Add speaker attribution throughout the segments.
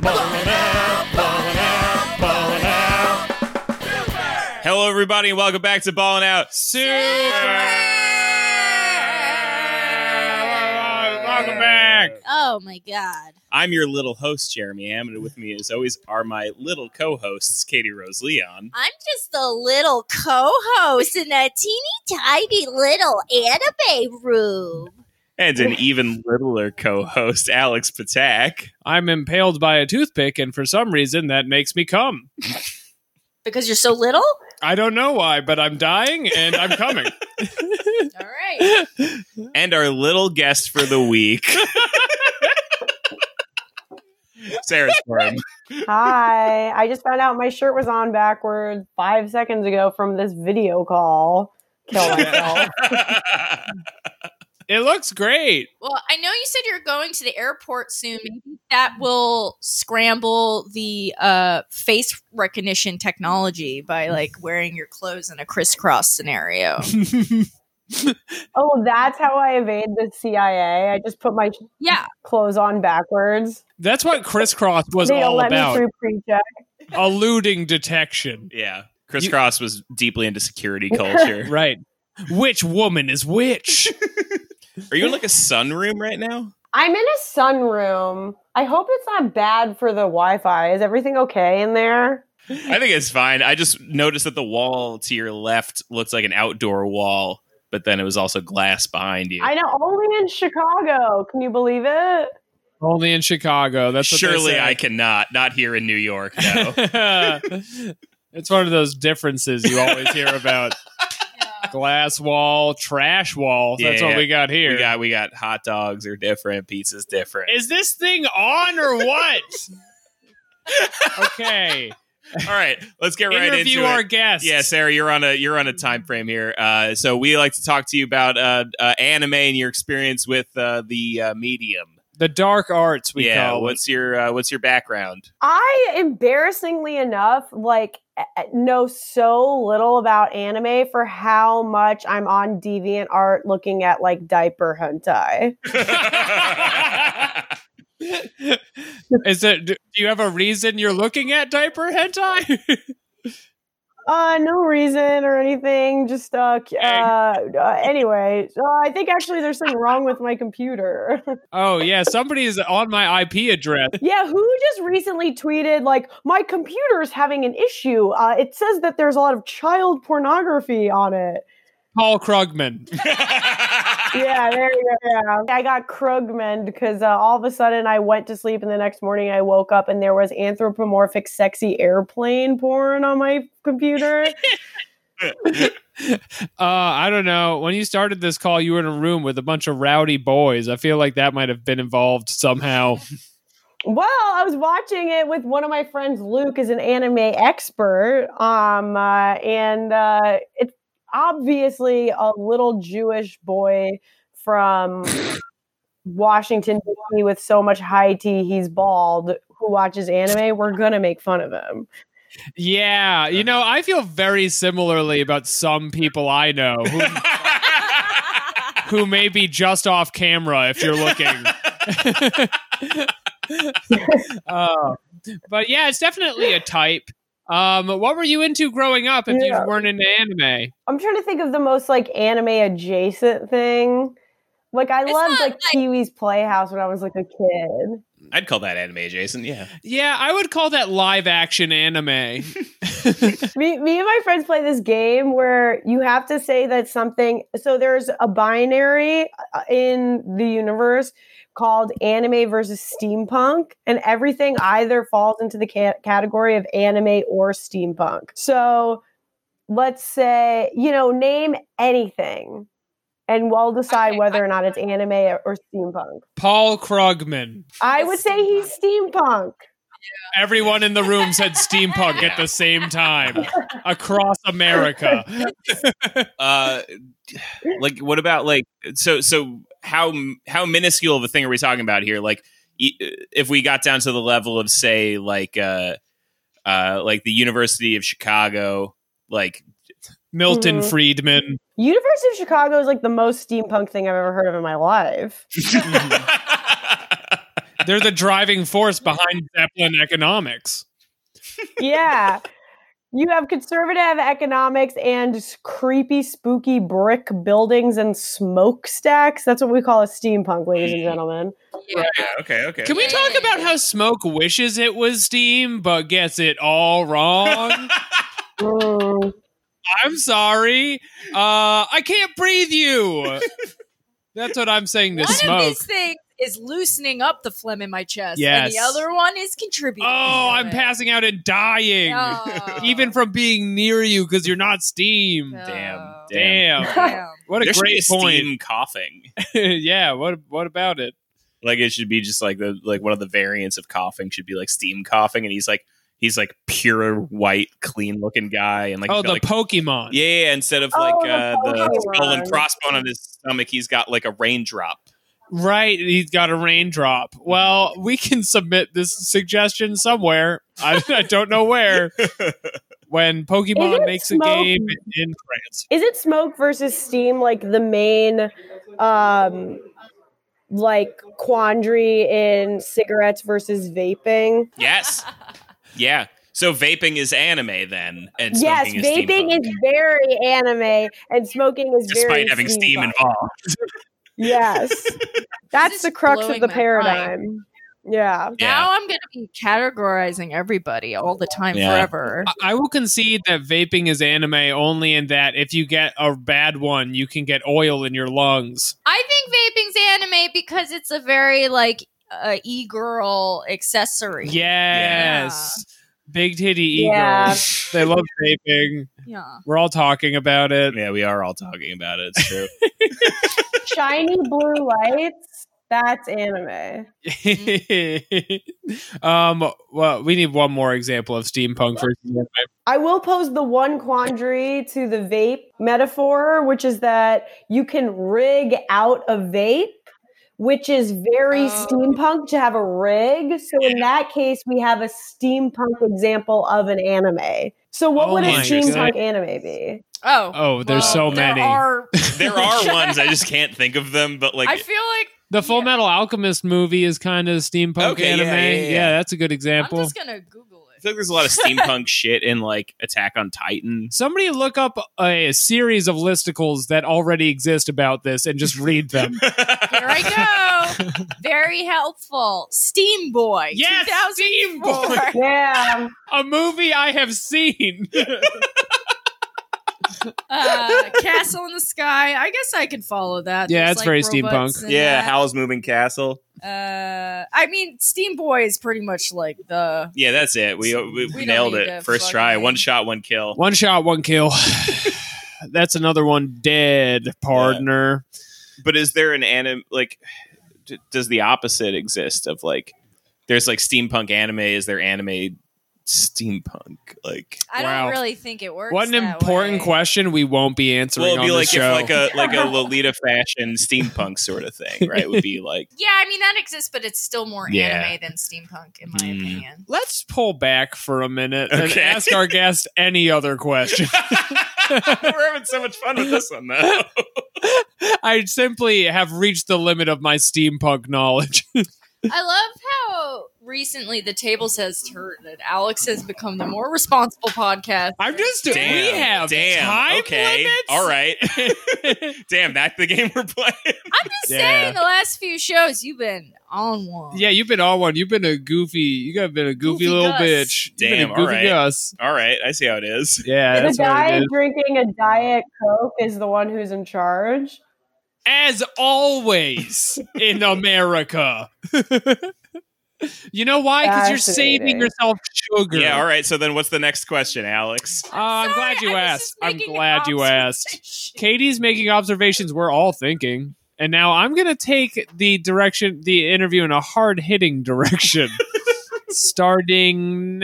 Speaker 1: Ballin' out, ballin' out, ballin' out. Hello, everybody, and welcome back to Ballin' Out Super. Welcome back.
Speaker 2: Oh my god.
Speaker 1: I'm your little host, Jeremy Hammond, and with me, as always, are my little co-hosts, Katie Rose Leon.
Speaker 2: I'm just a little co-host in a teeny tiny little anime room.
Speaker 1: And an even littler co-host, Alex Patak.
Speaker 3: I'm impaled by a toothpick, and for some reason that makes me come.
Speaker 2: Because you're so little?
Speaker 3: I don't know why, but I'm dying and I'm coming.
Speaker 2: All right.
Speaker 1: and our little guest for the week, Sarah Storm.
Speaker 4: Hi. I just found out my shirt was on backwards five seconds ago from this video call. Kill myself.
Speaker 3: it looks great.
Speaker 5: Well, I know you said you're going to the airport soon. Maybe that will scramble the uh, face recognition technology by like wearing your clothes in a crisscross scenario.
Speaker 4: oh, that's how I evade the CIA. I just put my
Speaker 5: yeah,
Speaker 4: clothes on backwards.
Speaker 3: That's what crisscross was
Speaker 4: they don't
Speaker 3: all
Speaker 4: let me
Speaker 3: about
Speaker 4: through pre-check.
Speaker 3: eluding detection.
Speaker 1: yeah. Chris Cross was deeply into security culture.
Speaker 3: Right. Which woman is which?
Speaker 1: Are you in like a sunroom right now?
Speaker 4: I'm in a sunroom. I hope it's not bad for the Wi-Fi. Is everything okay in there?
Speaker 1: I think it's fine. I just noticed that the wall to your left looks like an outdoor wall, but then it was also glass behind you.
Speaker 4: I know only in Chicago. Can you believe it?
Speaker 3: Only in Chicago. That's what
Speaker 1: Surely I cannot. Not here in New York, no.
Speaker 3: can. it's one of those differences you always hear about. Glass wall, trash wall. That's
Speaker 1: Yeah.
Speaker 3: what we got here.
Speaker 1: we got we got hot dogs are different, pizza's different.
Speaker 3: Is this thing on or what? okay.
Speaker 1: All right, let's get right
Speaker 3: Interview
Speaker 1: into it.
Speaker 3: our guests.
Speaker 1: Yeah, Sarah, you're on a you're on a time frame here. Uh, so we like to talk to you about uh, uh, anime and your experience with uh, the uh, medium.
Speaker 3: The dark arts we
Speaker 1: yeah,
Speaker 3: call it.
Speaker 1: what's your uh, what's your background?
Speaker 4: I embarrassingly enough, like eh, eh, know so little about anime for how much I'm on DeviantArt looking at like diaper hentai.
Speaker 3: Is it do do you have a reason you're looking at diaper hentai?
Speaker 4: Uh, no reason or anything. Just uh, c- uh,
Speaker 3: Hey.
Speaker 4: uh anyway, uh, I think actually there's something wrong with my computer.
Speaker 3: oh yeah, somebody is on my IP address.
Speaker 4: yeah, who just recently tweeted like my computer's having an issue. Uh, it says that there's a lot of child pornography on it.
Speaker 3: Paul Krugman.
Speaker 4: yeah, there you go. Yeah. I got Krugman because uh, all of a sudden I went to sleep, and the next morning I woke up and there was anthropomorphic, sexy airplane porn on my computer.
Speaker 3: Uh, I don't know. When you started this call, you were in a room with a bunch of rowdy boys. I feel like that might have been involved somehow.
Speaker 4: well, I was watching it with one of my friends, Luke, is an anime expert, um, uh, and uh, it's obviously a little Jewish boy from Washington D.C. with so much high tea, he's bald. Who watches anime? We're gonna make fun of him.
Speaker 3: Yeah, you know, I feel very similarly about some people I know who who may be just off camera if you're looking. Uh, but yeah, it's definitely a type. Um, what were you into growing up if
Speaker 4: Yeah.
Speaker 3: you weren't into anime?
Speaker 4: I'm trying to think of the most like anime adjacent thing. Like I
Speaker 5: It's
Speaker 4: loved
Speaker 5: not,
Speaker 4: like,
Speaker 5: like-
Speaker 4: Pee Wee's Playhouse when I was like a kid.
Speaker 1: I'd call that anime, Jason. Yeah,
Speaker 3: Yeah, I would call that live action anime.
Speaker 4: me, me and my friends play this game where you have to say that something. So there's a binary uh, in the universe called anime versus steampunk, and everything either falls into the ca- category of anime or steampunk. So let's say, you know, name anything, and we'll decide
Speaker 5: Okay,
Speaker 4: whether or not it's anime or steampunk.
Speaker 3: Paul Krugman.
Speaker 4: I
Speaker 5: It's
Speaker 4: would say he's steampunk.
Speaker 3: Everyone in the room said steampunk at the same time across America.
Speaker 1: uh, like what about like so so how how minuscule of a thing are we talking about here? Like e- if we got down to the level of say like uh, uh, like the University of Chicago, like
Speaker 3: Milton
Speaker 4: Mhm.
Speaker 3: Friedman.
Speaker 4: University of Chicago is like the most steampunk thing I've ever heard of in my life.
Speaker 3: They're the driving force behind Zeppelin economics.
Speaker 4: yeah. You have conservative economics and s- creepy, spooky brick buildings and smokestacks. That's what we call a steampunk, ladies and gentlemen.
Speaker 1: Yeah, okay, okay.
Speaker 3: Can we talk about how Smoke wishes it was Steam, but gets it all wrong?
Speaker 4: Mm.
Speaker 3: I'm sorry. Uh, I can't breathe you. That's what I'm saying to
Speaker 5: One
Speaker 3: Smoke.
Speaker 5: of these things is loosening up the phlegm in my chest, and the
Speaker 3: Yes.
Speaker 5: other one is contributing.
Speaker 3: oh,
Speaker 5: to
Speaker 3: I'm
Speaker 5: it.
Speaker 3: passing out and dying.
Speaker 5: Oh.
Speaker 3: Even from being near you because you're not Steam.
Speaker 5: Oh.
Speaker 1: Damn,
Speaker 3: Damn.
Speaker 5: Damn.
Speaker 3: What a
Speaker 1: there should be
Speaker 3: great point.
Speaker 1: Steam coughing.
Speaker 3: yeah, what what about it?
Speaker 1: Like it should be just like the like one of the variants of coughing should be like steam coughing, and he's like he's like pure white, clean looking guy, and like
Speaker 3: oh,
Speaker 1: he's got,
Speaker 3: the
Speaker 1: like,
Speaker 3: Pokemon.
Speaker 1: yeah, yeah, instead of
Speaker 4: Oh,
Speaker 1: like
Speaker 4: the
Speaker 1: uh, the
Speaker 4: Pokemon.
Speaker 1: skull and crossbone on his stomach, he's got like a raindrop.
Speaker 3: Right, he's got a raindrop. Well, we can submit this suggestion somewhere. I, I don't know where. When
Speaker 4: Isn't
Speaker 3: Pokemon
Speaker 4: it
Speaker 3: makes
Speaker 4: smoke?
Speaker 3: a game in France.
Speaker 4: Is it smoke versus steam like the main um like quandary in cigarettes versus vaping?
Speaker 1: Yes, yeah. So vaping is anime then, and
Speaker 4: yes,
Speaker 1: smoking
Speaker 4: vaping
Speaker 1: steampunk,
Speaker 4: is very anime and smoking is very
Speaker 1: despite having steam
Speaker 4: steampunk.
Speaker 1: involved.
Speaker 4: Yes.
Speaker 5: This
Speaker 4: That's the
Speaker 5: is
Speaker 4: crux of
Speaker 5: blowing
Speaker 4: the
Speaker 5: my
Speaker 4: paradigm. Yeah.
Speaker 5: Now I'm going to be categorizing everybody all the time
Speaker 1: Yeah.
Speaker 5: forever.
Speaker 3: I- I will concede that vaping is anime only in that if you get a bad one, you can get oil in your lungs.
Speaker 5: I think vaping's anime because it's a very like uh, e girl accessory.
Speaker 3: Yes. Big titty eagle.
Speaker 4: Yeah.
Speaker 3: They love vaping.
Speaker 5: Yeah.
Speaker 3: We're all talking about it.
Speaker 1: Yeah, we are all talking about it. It's true.
Speaker 4: Shiny blue lights, that's anime.
Speaker 3: um, well, we need one more example of steampunk versus anime.
Speaker 4: I will pose the one quandary to the vape metaphor, which is that you can rig out a vape, which is very
Speaker 5: Oh.
Speaker 4: steampunk to have a rig. So in that case, we have a steampunk example of an anime. So what
Speaker 3: Oh
Speaker 4: would a
Speaker 1: my
Speaker 4: steampunk
Speaker 3: God.
Speaker 4: anime be?
Speaker 5: Oh.
Speaker 3: Oh, there's so
Speaker 5: there
Speaker 3: many.
Speaker 5: are-
Speaker 1: there are ones I just can't think of them, but like
Speaker 5: I feel like
Speaker 3: The Full
Speaker 5: Yeah.
Speaker 3: Metal Alchemist movie is kind of steampunk
Speaker 1: Okay, yeah,
Speaker 3: anime.
Speaker 1: yeah, yeah, yeah.
Speaker 3: that's a good example.
Speaker 5: I'm just going to Google
Speaker 1: I
Speaker 5: it.
Speaker 1: feel like there's a lot of steampunk shit in like Attack on Titan.
Speaker 3: Somebody look up a series of listicles that already exist about this and just read them.
Speaker 5: Here I go. Very helpful. Steam Boy.
Speaker 3: yes,
Speaker 5: 2004.
Speaker 3: Steamboy,
Speaker 4: Yeah.
Speaker 3: a movie I have seen.
Speaker 5: Uh, Castle in the Sky. I guess I can follow that.
Speaker 3: Yeah, it's very
Speaker 5: robots
Speaker 3: steampunk.
Speaker 5: in
Speaker 1: yeah,
Speaker 5: that.
Speaker 1: Howl's Moving Castle.
Speaker 5: uh, I mean, Steam Boy is pretty much like the
Speaker 1: Yeah, that's it. We we,
Speaker 5: don't
Speaker 1: nailed
Speaker 5: need to
Speaker 1: it first
Speaker 5: fucking-
Speaker 1: try. One shot, one kill.
Speaker 3: one shot, one kill. that's another one dead, partner.
Speaker 1: But is there an anime like? D- does the opposite exist of like? There's like steampunk anime. Is there anime steampunk? Like,
Speaker 5: I
Speaker 3: Wow.
Speaker 5: don't really think it works.
Speaker 3: What an
Speaker 5: that
Speaker 3: important
Speaker 5: way.
Speaker 3: question we won't be answering
Speaker 1: well, it'd
Speaker 3: on
Speaker 1: be
Speaker 3: the
Speaker 1: like if
Speaker 3: show.
Speaker 1: like a like a Lolita fashion steampunk sort of thing, right? Would be like
Speaker 5: Yeah, I mean that exists, but it's still more
Speaker 1: Yeah.
Speaker 5: anime than steampunk, in my
Speaker 1: Mm.
Speaker 5: opinion.
Speaker 3: Let's pull back for a minute and
Speaker 1: Okay.
Speaker 3: ask our guest any other question.
Speaker 1: we're having so much fun with this one though.
Speaker 3: I simply have reached the limit of my steampunk knowledge.
Speaker 5: I love how recently the tables has turned, and Alex has become the more responsible podcast.
Speaker 3: I'm just
Speaker 1: Damn.
Speaker 3: we have
Speaker 1: damn.
Speaker 3: time
Speaker 1: okay.
Speaker 3: limits?
Speaker 1: All right. damn, that's the game we're playing.
Speaker 5: I'm just
Speaker 3: Yeah.
Speaker 5: saying, the last few shows you've been on one.
Speaker 3: Yeah, you've been on one. You've been a goofy. You got been a goofy,
Speaker 5: Goofy
Speaker 3: little
Speaker 5: Gus.
Speaker 3: bitch. You've been
Speaker 1: Damn,
Speaker 3: a
Speaker 1: all
Speaker 3: goofy
Speaker 1: right.
Speaker 3: Gus.
Speaker 1: All right. I see how it is.
Speaker 3: Yeah,
Speaker 4: the
Speaker 3: that's what it
Speaker 4: guy
Speaker 3: is.
Speaker 4: drinking a Diet Coke is the one who's in charge.
Speaker 3: As always in America. you know why? Because you're saving
Speaker 4: Fascinating.
Speaker 3: yourself sugar.
Speaker 1: Yeah. All right. So then what's the next question, Alex?
Speaker 3: Uh, I'm
Speaker 5: Sorry,
Speaker 3: glad you
Speaker 5: I was
Speaker 3: asked.
Speaker 5: just
Speaker 3: I'm
Speaker 5: making
Speaker 3: glad you asked. Katie's making observations we're all thinking. And now I'm going to take the direction, the interview in a hard hitting direction. Starting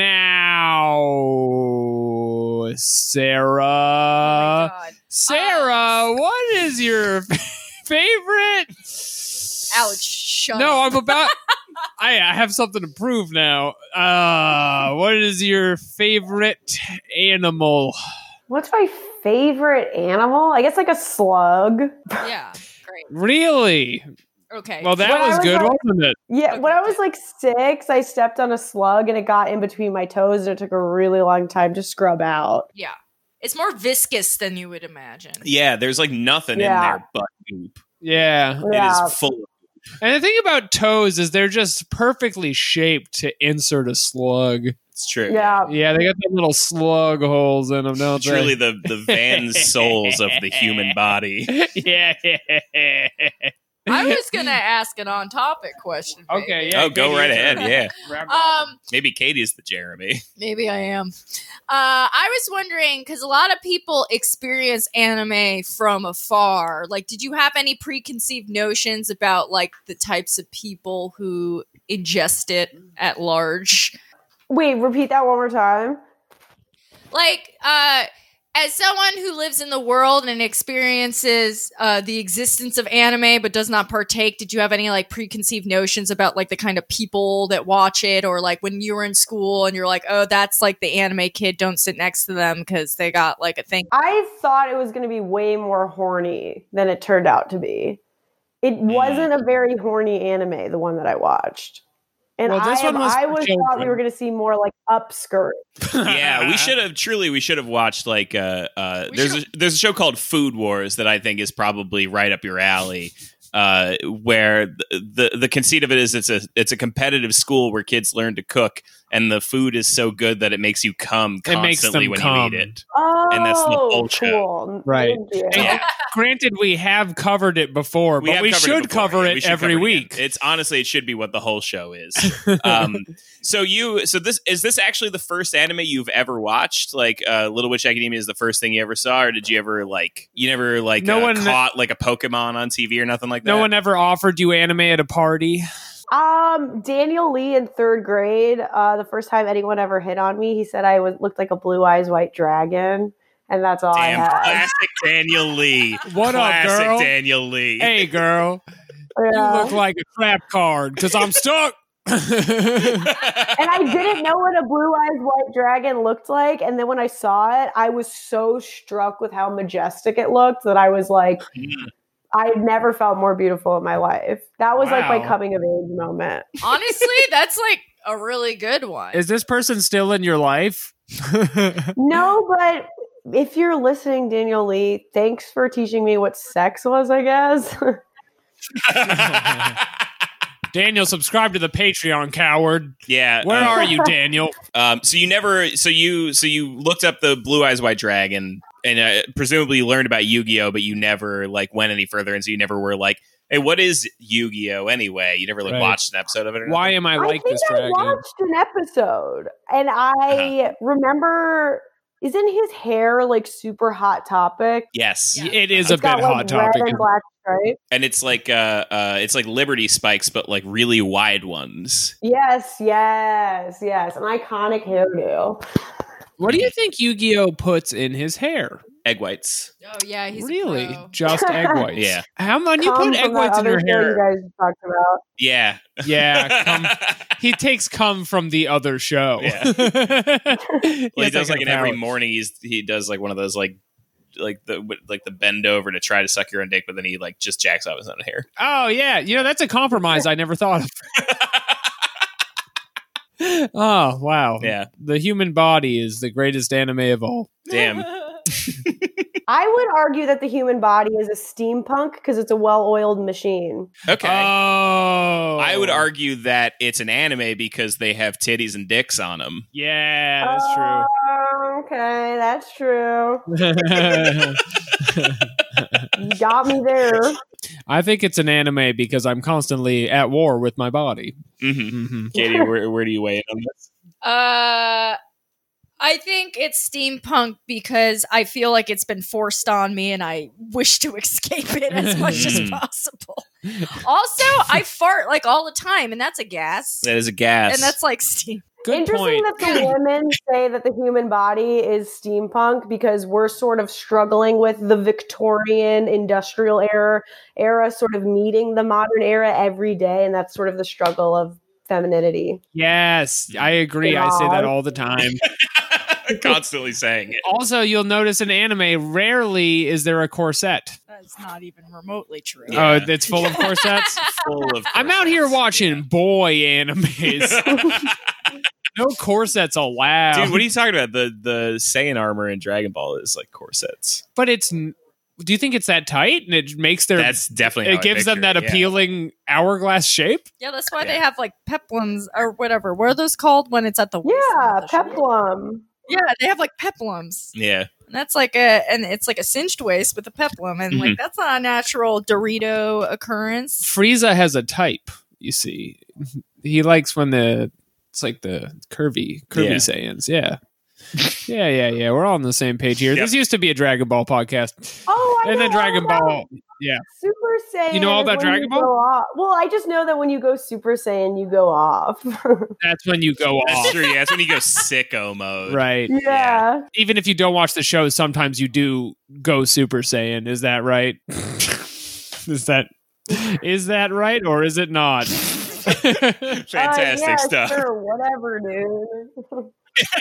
Speaker 3: now,
Speaker 5: Oh my
Speaker 3: Sarah.
Speaker 5: God. Oh.
Speaker 3: Sarah, what is your favorite?
Speaker 5: Alex, shut
Speaker 3: No,
Speaker 5: up.
Speaker 3: I'm about. I, I have something to prove now. Uh, what is your favorite animal?
Speaker 4: What's my favorite animal? I guess like a slug.
Speaker 5: yeah, great.
Speaker 3: Really?
Speaker 5: Okay.
Speaker 3: Well, that
Speaker 4: When I
Speaker 3: was
Speaker 4: was
Speaker 3: good,
Speaker 4: like-
Speaker 3: wasn't it?
Speaker 4: Yeah,
Speaker 5: Okay.
Speaker 4: when I was like six, I stepped on a slug and it got in between my toes, and it took a really long time to scrub out.
Speaker 5: yeah, it's more viscous than you would imagine.
Speaker 1: Yeah, there's like nothing
Speaker 4: Yeah.
Speaker 1: in there but goop.
Speaker 3: Yeah.
Speaker 4: Yeah.
Speaker 1: It is full.
Speaker 3: And the thing about toes is they're just perfectly shaped to insert a slug.
Speaker 1: It's true.
Speaker 4: Yeah,
Speaker 3: Yeah, they got the little slug holes in them, don't
Speaker 1: It's really the the Van souls of the human body.
Speaker 3: they? yeah.
Speaker 5: I was gonna ask an on-topic question. babe.
Speaker 3: Okay. Yeah.
Speaker 1: Oh, go
Speaker 3: good
Speaker 1: right
Speaker 3: answer.
Speaker 1: ahead. Yeah,
Speaker 5: Um,
Speaker 1: maybe Katie's the Jeremy.
Speaker 5: Maybe I am. Uh, I was wondering because a lot of people experience anime from afar. Like, did you have any preconceived notions about like the types of people who ingest it at large?
Speaker 4: Wait, repeat that one more time.
Speaker 5: Like, uh, as someone who lives in the world and experiences uh, the existence of anime but does not partake, did you have any like preconceived notions about like the kind of people that watch it, or like when you were in school and you're like, oh, that's like the anime kid, don't sit next to them because they got like a thing.
Speaker 4: I thought it was going to be way more horny than it turned out to be. It wasn't a very horny anime, the one that I watched. And
Speaker 3: Well, this
Speaker 4: I, am-
Speaker 3: one was
Speaker 4: I
Speaker 3: for
Speaker 4: was thought we
Speaker 3: children.
Speaker 4: were going to see more like upskirt.
Speaker 1: yeah, we should have truly. We should have watched like uh, uh
Speaker 5: We
Speaker 1: there's a,
Speaker 5: should've-
Speaker 1: there's a show called Food Wars that I think is probably right up your alley. Uh, where the, the the conceit of it is it's a it's a competitive school where kids learn to cook and the food is so good that it makes you cum
Speaker 3: It makes
Speaker 1: constantly
Speaker 3: them
Speaker 1: when
Speaker 3: cum.
Speaker 1: you eat it.
Speaker 4: Oh,
Speaker 1: And that's the whole show.
Speaker 4: cool.
Speaker 3: Right.
Speaker 4: Thank you.
Speaker 1: Yeah.
Speaker 3: Granted, we have covered it before, but
Speaker 1: have
Speaker 3: we
Speaker 1: covered
Speaker 3: should
Speaker 1: before.
Speaker 3: cover
Speaker 1: Yeah,
Speaker 3: it
Speaker 1: we should
Speaker 3: every
Speaker 1: cover it again.
Speaker 3: week.
Speaker 1: It's honestly it should be what the whole show is. um, so you so this is this actually the first anime you've ever watched? Like uh, Little Witch Academia is the first thing you ever saw, or did you ever like you never like
Speaker 3: No
Speaker 1: uh,
Speaker 3: one-
Speaker 1: caught like a Pokemon on TV or nothing like that?
Speaker 3: no one ever offered you anime at a party.
Speaker 4: Um, Daniel Lee in third grade. Uh, the first time anyone ever hit on me, he said I was, looked like a blue eyes white dragon, and that's all
Speaker 1: Damn
Speaker 4: I had.
Speaker 1: classic Daniel Lee.
Speaker 3: What up,
Speaker 1: classic
Speaker 3: girl?
Speaker 1: Daniel Lee.
Speaker 3: Hey, girl,
Speaker 4: Yeah.
Speaker 3: you look like a trap card because I'm stuck.
Speaker 4: and I didn't know what a blue eyes white dragon looked like. And then when I saw it, I was so struck with how majestic it looked that I was like, I never felt more beautiful in my life. That was like
Speaker 3: Wow.
Speaker 4: my coming of age moment.
Speaker 5: Honestly, that's like a really good one.
Speaker 3: Is this person still in your life?
Speaker 4: No, but if you're listening, Daniel Lee, thanks for teaching me what sex was, I guess.
Speaker 3: Daniel, subscribe to the Patreon, coward.
Speaker 1: yeah.
Speaker 3: Where
Speaker 1: uh,
Speaker 3: are you, Daniel?
Speaker 1: Um, so you never, so you, so you looked up the Blue Eyes White Dragon, and uh, presumably you learned about Yu-Gi-Oh, but you never like went any further, and so you never were like, "Hey, what is Yu-Gi-Oh anyway?" You never like
Speaker 3: Right.
Speaker 1: watched an episode of it. Or
Speaker 3: Why
Speaker 1: nothing?
Speaker 3: am I like
Speaker 4: think
Speaker 3: this
Speaker 4: I
Speaker 3: dragon? Uh-huh.
Speaker 4: watched an episode and I remember isn't his hair like super hot topic?
Speaker 1: Yes,
Speaker 5: Yeah.
Speaker 3: It is
Speaker 4: It's
Speaker 3: a bit
Speaker 4: got, like,
Speaker 3: hot topic.
Speaker 4: Red and black stripes.
Speaker 1: and it's like uh, uh, it's like Liberty Spikes, but like really wide ones.
Speaker 4: Yes, yes, yes. An iconic hairdo.
Speaker 3: What do you think Yu-Gi-Oh puts in his hair?
Speaker 1: Egg whites.
Speaker 5: oh yeah, he's a
Speaker 3: really,
Speaker 5: pro.
Speaker 3: just egg whites.
Speaker 1: Yeah.
Speaker 3: How many you
Speaker 4: Come
Speaker 3: put
Speaker 4: from
Speaker 3: egg
Speaker 4: that
Speaker 3: whites in
Speaker 4: other
Speaker 3: your
Speaker 4: show
Speaker 3: hair?
Speaker 4: You guys talked about.
Speaker 1: Yeah,
Speaker 3: Yeah, come. he takes cum from the other show.
Speaker 1: Yeah. well, he
Speaker 3: Yes, I
Speaker 1: does like
Speaker 3: got
Speaker 1: in
Speaker 3: a
Speaker 1: every
Speaker 3: power.
Speaker 1: morning. He's he does like one of those like like the like the bend over to try to suck your own dick, but then he like just jacks off his own hair.
Speaker 3: Oh yeah, you know that's a compromise I never thought of. oh wow,
Speaker 1: Yeah.
Speaker 3: The human body is the greatest anime of all.
Speaker 1: Damn.
Speaker 4: I would argue that the human body is a steampunk because it's a well-oiled machine.
Speaker 1: Okay.
Speaker 3: Um, Oh,
Speaker 1: I would argue that it's an anime because they have titties and dicks on them.
Speaker 3: Yeah, that's true.
Speaker 4: Oh, okay, that's true. You got me there.
Speaker 3: I think it's an anime because I'm constantly at war with my body.
Speaker 1: Mm-hmm.
Speaker 3: Mhm.
Speaker 1: Katie, where, where do you weigh in on this?
Speaker 5: Uh, I think it's steampunk because I feel like it's been forced on me and I wish to escape it as much as
Speaker 1: Mm.
Speaker 5: possible. Also, I fart like all the time and that's a gas.
Speaker 1: That is a gas.
Speaker 5: And that's like steam.
Speaker 3: Good
Speaker 4: Interesting
Speaker 3: point.
Speaker 4: that the women say that the human body is steampunk because we're sort of struggling with the Victorian industrial era era sort of meeting the modern era every day, and that's sort of the struggle of femininity.
Speaker 3: Yes, I agree. I say that all the time.
Speaker 1: constantly saying it.
Speaker 3: also, you'll notice in anime, rarely is there a corset.
Speaker 5: is not even remotely true.
Speaker 1: Yeah.
Speaker 3: Oh, it's full of corsets.
Speaker 1: Full of
Speaker 3: I'm out here
Speaker 1: corsets.
Speaker 3: watching boy animes.
Speaker 1: Yeah.
Speaker 3: no corsets allowed.
Speaker 1: Dude, what are you talking about? The the Saiyan armor in Dragon Ball is like corsets.
Speaker 3: but it's. n- Do you think it's that tight and it makes their
Speaker 1: That's definitely how
Speaker 3: it
Speaker 1: I
Speaker 3: gives them
Speaker 1: picture
Speaker 3: that
Speaker 1: it, yeah.
Speaker 3: appealing hourglass shape?
Speaker 5: Yeah, that's why they
Speaker 1: Yeah.
Speaker 5: have like peplums or whatever. What are those called when it's at the waist? and
Speaker 4: Yeah,
Speaker 5: not the shoulder?
Speaker 4: peplum.
Speaker 5: Yeah, they have like peplums.
Speaker 1: Yeah.
Speaker 5: And that's like a and it's like a cinched waist with a peplum, and like
Speaker 1: Mm-hmm.
Speaker 5: that's not a natural Dorito occurrence.
Speaker 3: Frieza has a type. You see, he likes when the it's like the curvy curvy
Speaker 1: Yeah.
Speaker 3: Saiyans. Yeah. Yeah, yeah, yeah. We're all on the same page here.
Speaker 1: Yep.
Speaker 3: This used to be a Dragon Ball podcast,
Speaker 4: Oh, I
Speaker 3: and
Speaker 4: know
Speaker 3: then
Speaker 4: all
Speaker 3: Dragon
Speaker 4: about
Speaker 3: Ball.
Speaker 4: Super Saiyan.
Speaker 3: You know all
Speaker 4: is
Speaker 3: about
Speaker 4: when you
Speaker 3: Dragon Ball?
Speaker 4: go off. Well, I just know that when you go Super Saiyan, you go off.
Speaker 3: That's when you go
Speaker 1: That's
Speaker 3: off,
Speaker 1: true. Yeah, that's when you go sicko mode.
Speaker 3: right?
Speaker 4: yeah.
Speaker 3: Even if you don't watch the show, sometimes you do go Super Saiyan. Is that right? is that is that right, or is it not?
Speaker 4: Uh,
Speaker 1: Fantastic
Speaker 4: yeah,
Speaker 1: stuff.
Speaker 4: Sure, whatever, dude.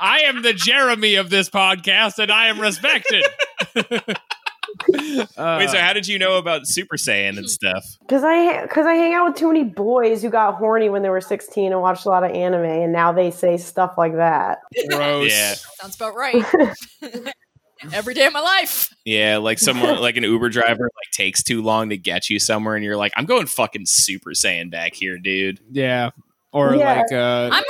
Speaker 3: I am the Jeremy of this podcast, and I am respected. Uh,
Speaker 1: Wait, so how did you know about Super Saiyan
Speaker 5: Hmm.
Speaker 1: and stuff?
Speaker 4: Because I because I hang out with too many boys who got horny when they were sixteen and watched a lot of anime, and now they say stuff like that.
Speaker 3: gross.
Speaker 1: Yeah.
Speaker 5: Sounds about right. Every day of my life.
Speaker 1: Yeah, like someone like an Uber driver like takes too long to get you somewhere and you're like, I'm going fucking Super Saiyan back here, dude.
Speaker 3: Yeah. Or
Speaker 4: Yeah.
Speaker 3: like uh
Speaker 5: I'm I'm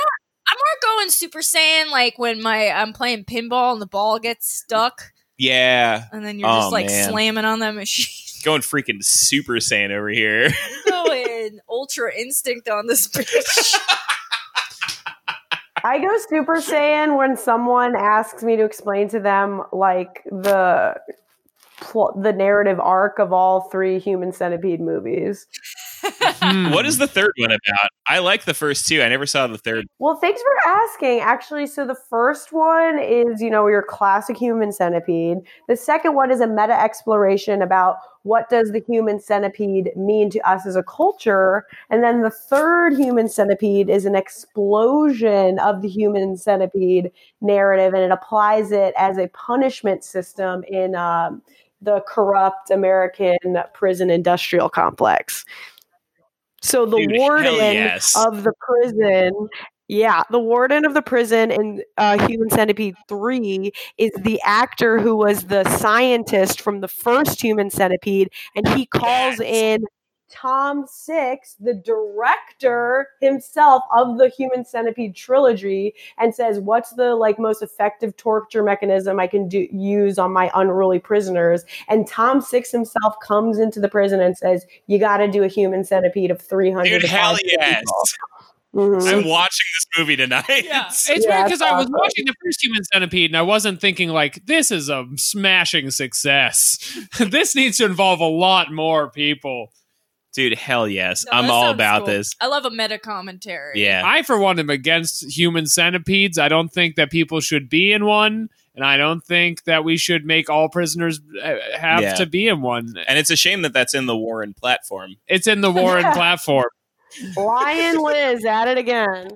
Speaker 5: more going Super Saiyan like when my I'm playing pinball and the ball gets stuck,
Speaker 1: Yeah.
Speaker 5: and then you're
Speaker 1: Oh,
Speaker 5: just like
Speaker 1: man.
Speaker 5: slamming on that machine.
Speaker 1: Going freaking Super Saiyan over here.
Speaker 5: Going Ultra Instinct on this bitch.
Speaker 4: I go Super Saiyan when someone asks me to explain to them like the pl- the narrative arc of all three Human Centipede movies.
Speaker 3: hmm.
Speaker 1: what is the third one about? I like the first two. I never saw the third.
Speaker 4: Well, thanks for asking. Actually, so the first one is, you know, your classic human centipede. The second one is a meta exploration about what does the human centipede mean to us as a culture? And then the third human centipede is an explosion of the human centipede narrative and it applies it as a punishment system in um, the corrupt American prison industrial complex. So the
Speaker 1: Dude, hell
Speaker 4: warden
Speaker 1: yes.
Speaker 4: of the prison, yeah, the warden of the prison in uh, Human Centipede 3 is the actor who was the scientist from the first Human Centipede, and he calls
Speaker 1: Yes.
Speaker 4: in Tom Six, the director himself of the Human Centipede trilogy, and says, "What's the like most effective torture mechanism I can do use on my unruly prisoners?" And Tom Six himself comes into the prison and says, "You got to do a Human Centipede of three hundred.
Speaker 1: Dude, hell yes.
Speaker 4: Mhm.
Speaker 1: I'm watching this movie tonight.
Speaker 5: Yeah.
Speaker 3: It's
Speaker 4: Yeah,
Speaker 3: weird because I was
Speaker 4: awesome.
Speaker 3: watching the first Human Centipede and I wasn't thinking like this is a smashing success. this needs to involve a lot more people.
Speaker 1: Dude, hell yes.
Speaker 5: No,
Speaker 1: I'm
Speaker 5: that
Speaker 1: all
Speaker 5: sounds
Speaker 1: about
Speaker 5: cool.
Speaker 1: this.
Speaker 5: I love a meta commentary.
Speaker 1: Yeah.
Speaker 3: I, for one, am against human centipedes. I don't think that people should be in one, and I don't think that we should make all prisoners uh, have
Speaker 1: Yeah.
Speaker 3: to be in one.
Speaker 1: And it's a shame that that's in the Warren platform.
Speaker 3: It's in the Warren platform.
Speaker 4: Lion Liz at it again.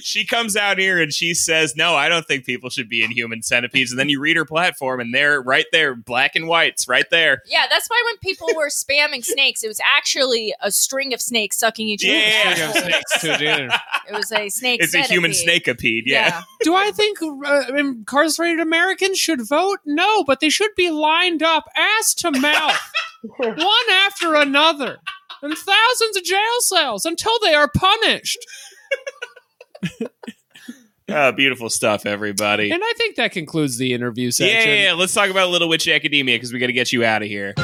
Speaker 1: she comes out here and she says, "No, I don't think people should be in human centipedes." And then you read her platform, and they're right there, black and whites, right there.
Speaker 5: Yeah, that's why when people were spamming snakes, it was actually a string of snakes sucking each other's
Speaker 1: Yeah.
Speaker 3: Speaking of
Speaker 5: asshole.
Speaker 3: snakes, too, dude.
Speaker 5: It was a snake.
Speaker 1: It's a human
Speaker 5: centipede.
Speaker 1: snakeipede. Yeah.
Speaker 3: Do I think uh, incarcerated Americans should vote? No, but they should be lined up ass to mouth, one after another, in thousands of jail cells until they are punished.
Speaker 1: Ah, beautiful stuff, everybody.
Speaker 3: And I think that concludes the interview
Speaker 1: Yeah,
Speaker 3: section.
Speaker 1: yeah, yeah. Let's talk about Little Witch Academia because we got to get you out of here.
Speaker 3: I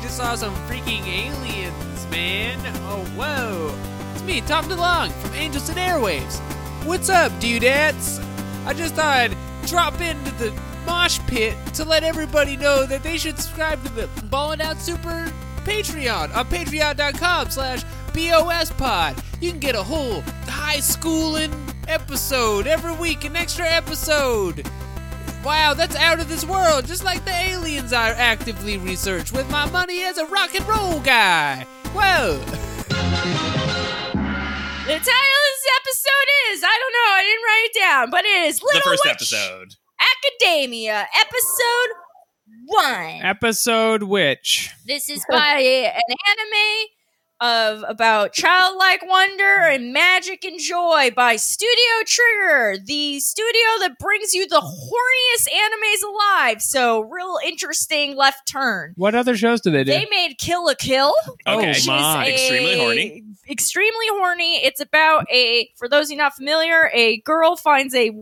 Speaker 3: just saw some freaking aliens, man. Oh, whoa. It's me, Tom DeLong from Angels and Airwaves. What's up, dudettes? I just thought I'd drop into the mosh pit to let everybody know that they should subscribe to the Ballin' Out Super Patreon on patreon.com slash bospod. You can get a whole high schooling episode every week, an extra episode. Wow, that's out of this world, just like the aliens I actively research with my money as a rock and roll guy. Whoa!
Speaker 5: The title of this episode is. I don't know. I didn't write it down, but it is Little
Speaker 1: the first
Speaker 5: Witch
Speaker 1: episode.
Speaker 5: Academia, episode one.
Speaker 3: Episode which
Speaker 5: This is by an anime of about childlike wonder and magic and joy by Studio Trigger, the studio that brings you the horniest animes alive. So, real interesting left turn.
Speaker 3: what other shows do they do?
Speaker 5: They made Kill a Kill.
Speaker 3: Oh,
Speaker 1: Okay,
Speaker 5: Which is
Speaker 3: my.
Speaker 5: a-
Speaker 1: extremely horny.
Speaker 5: Extremely horny. It's about a, for those of you not familiar, a girl finds a,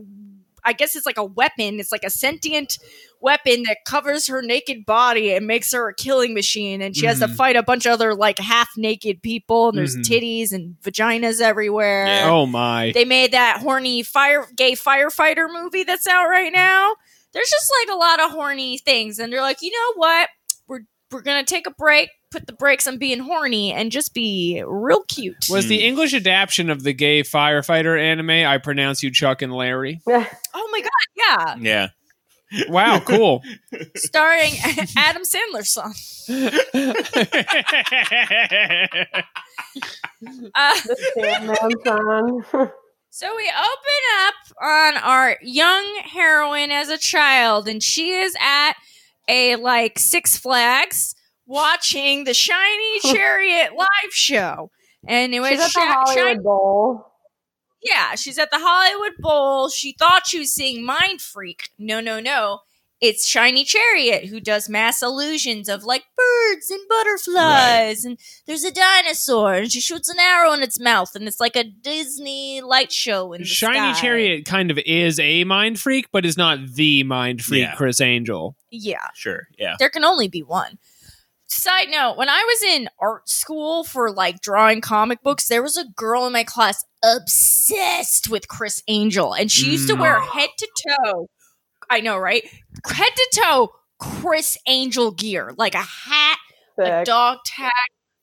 Speaker 5: I guess it's like a weapon. It's like a sentient weapon that covers her naked body and makes her a killing machine. And she has to
Speaker 1: Mm-hmm.
Speaker 3: Mhm.
Speaker 5: fight a bunch of other like half naked people. And there's
Speaker 3: Mhm.
Speaker 5: titties and vaginas everywhere.
Speaker 1: Yeah.
Speaker 3: oh my!
Speaker 5: They made that horny fire gay firefighter movie that's out right now. There's just like a lot of horny things, and they're like, you know what? We're we're gonna take a break, put the brakes on being horny, and just be real cute.
Speaker 3: was the English adaptation of the gay firefighter anime? I pronounce you Chuck and Larry.
Speaker 5: Oh my god, yeah,
Speaker 1: Yeah.
Speaker 3: Wow, cool.
Speaker 5: starring Adam Sandler's son. Uh,
Speaker 4: The Sandman song.
Speaker 5: So we open up on our young heroine as a child, and she is at a like Six Flags watching the Shiny Chariot live show. And it was
Speaker 4: She's at the
Speaker 5: Shi- Shiny-
Speaker 4: Hollywood Bowl.
Speaker 5: yeah, she's at the Hollywood Bowl. She thought she was seeing Mind Freak. No, no, no. It's Shiny Chariot who does mass illusions of like birds and butterflies, and there's a dinosaur, and she shoots an arrow in its mouth, and it's like a Disney light show in the
Speaker 3: Shiny
Speaker 5: sky.
Speaker 3: Chariot kind of is a mind freak, but is not the mind freak
Speaker 1: Yeah.
Speaker 3: Chris Angel.
Speaker 5: Yeah,
Speaker 1: Sure. Yeah.
Speaker 5: there can only be one. Side note, when I was in art school for like drawing comic books, there was a girl in my class obsessed with Chris Angel, and she used to wear head to toe. I know, right? Head to toe Chris Angel gear, like a hat, a
Speaker 4: Sick.
Speaker 5: dog tag,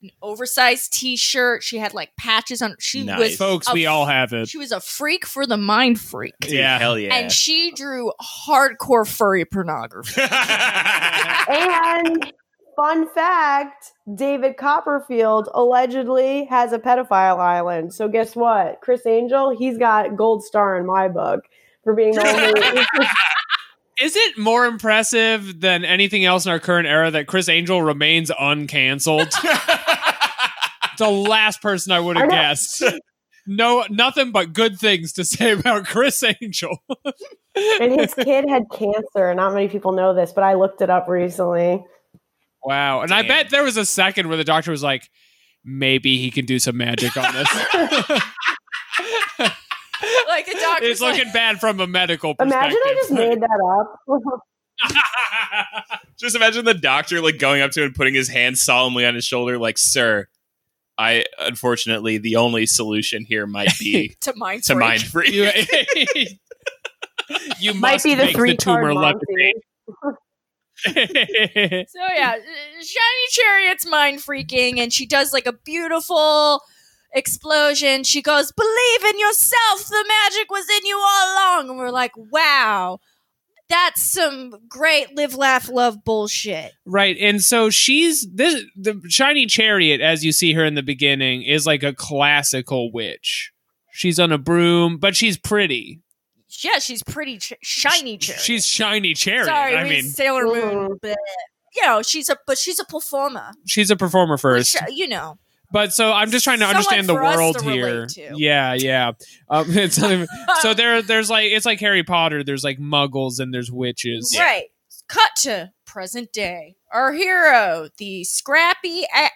Speaker 5: an oversized t shirt. She had like patches on. She
Speaker 1: Nice.
Speaker 5: was
Speaker 3: Folks, we
Speaker 5: a-
Speaker 3: all have it.
Speaker 5: She was a freak for the mind freak,
Speaker 1: Dude,
Speaker 3: Yeah.
Speaker 1: Hell yeah.
Speaker 5: and she drew hardcore furry pornography.
Speaker 4: And fun fact David Copperfield allegedly has a pedophile island. So guess what? Chris Angel, he's got gold star in my book for being the only
Speaker 3: Is it more impressive than anything else in our current era that Chris Angel remains uncanceled? the last person I would
Speaker 4: I
Speaker 3: have
Speaker 4: know.
Speaker 3: guessed. No, nothing but good things to say about Chris Angel.
Speaker 4: and his kid had cancer. Not many people know this, but I looked it up recently.
Speaker 3: Wow. And I
Speaker 1: Damn.
Speaker 3: bet there was a second where the doctor was like, maybe he can do some magic on this.
Speaker 5: like the doctor's
Speaker 3: it's looking bad from a medical perspective.
Speaker 4: Imagine I just made that up.
Speaker 1: Just imagine the doctor like going up to him and putting his hand solemnly on his shoulder, like, "Sir, I unfortunately the only solution here might be
Speaker 5: to mind
Speaker 1: to
Speaker 5: freak.
Speaker 1: mind free."
Speaker 3: you, you
Speaker 4: Might
Speaker 3: must
Speaker 4: be the
Speaker 3: make the
Speaker 4: three
Speaker 3: tumor
Speaker 4: card
Speaker 3: levitate.
Speaker 4: Monty.
Speaker 5: So yeah, uh, Shiny Chariot's mind freaking, and she does like a beautiful explosion. She goes, "Believe in yourself. The magic was in you all along." And we're like, "Wow, that's some great live, laugh, love bullshit."
Speaker 3: Right. And so she's this the shiny chariot as you see her in the beginning is like a classical witch. She's on a broom, but she's pretty.
Speaker 5: Yeah, she's pretty ch- shiny chariot.
Speaker 3: She's shiny chariot.
Speaker 5: sorry,
Speaker 3: I
Speaker 5: we
Speaker 3: mean,
Speaker 5: Sailor Moon,
Speaker 4: Mhm.
Speaker 5: but you know she's a but she's a performer.
Speaker 3: she's a performer first.
Speaker 5: Sh- You know,
Speaker 3: But so I'm just trying to
Speaker 5: Someone
Speaker 3: understand the
Speaker 5: for us to
Speaker 3: world
Speaker 5: relate
Speaker 3: here.
Speaker 5: to.
Speaker 3: Yeah, yeah. Um, it's,
Speaker 5: Uh,
Speaker 3: so there, there's like it's like Harry Potter. There's like muggles and there's witches.
Speaker 5: Right. Cut to present day. Our hero, the scrappy a-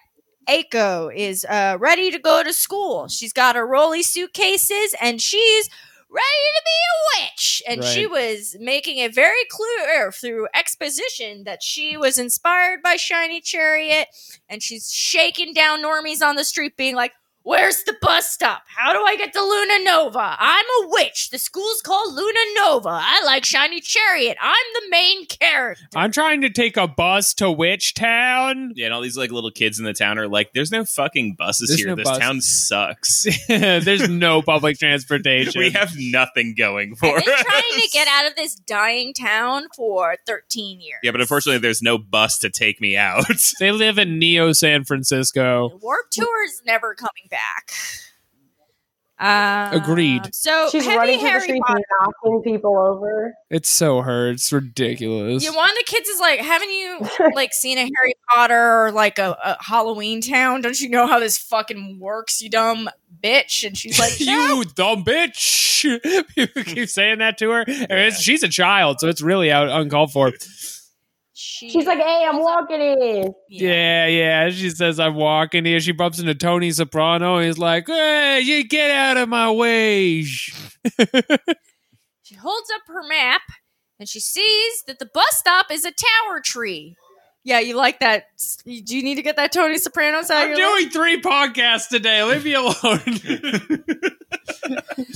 Speaker 5: Aiko, is uh, ready to go to school. She's got her rolly suitcases and she's ready to be a witch. And she was making it very clear through exposition that she was inspired by Shiny Chariot and she's shaking down normies on the street, being like, Where's the bus stop? How do I get to Luna Nova? I'm a witch. The school's called Luna Nova. I like Shiny Chariot. I'm the main character.
Speaker 3: I'm trying to take a bus to Witch Town.
Speaker 1: Yeah, and all these like little kids in the town are like, "There's no fucking buses
Speaker 3: There's
Speaker 1: here.
Speaker 3: no
Speaker 1: this
Speaker 3: bus."
Speaker 1: town sucks.
Speaker 3: there's no public transportation.
Speaker 1: we have nothing going for
Speaker 5: I've
Speaker 1: us."
Speaker 5: been trying to get out of this dying town for 13 years.
Speaker 1: Yeah, but unfortunately, there's no bus to take me out.
Speaker 3: they live
Speaker 1: uh,
Speaker 3: in Neo San Francisco.
Speaker 5: Warp Tour is never coming back. Uh,
Speaker 3: Agreed.
Speaker 5: So
Speaker 4: She's
Speaker 5: heavy
Speaker 4: running through the
Speaker 5: Harry
Speaker 4: streets
Speaker 5: Potter.
Speaker 4: and knocking people over.
Speaker 3: It so hurts. Ridiculous.
Speaker 5: Yeah, one of the kids is like, "Haven't you like seen a Harry Potter or like a, a Halloween Town? Don't you know how this fucking works, you dumb bitch?" And she's like, "No."
Speaker 3: you dumb bitch. People keep saying that to her. And it's, she's a child, so it's really out, uncalled for.
Speaker 5: She-
Speaker 4: She's like, "Hey, I'm walking in."
Speaker 3: Yeah. yeah, She says, I'm walking here. She bumps into Tony Soprano. He's like, hey, you get out of my way.
Speaker 5: She holds up her map and she sees that the bus stop is a tower tree. Yeah, you like that? You- Do you need to get that Tony Soprano out? of
Speaker 3: I'm
Speaker 5: your life?
Speaker 3: doing three podcasts today. Leave me alone.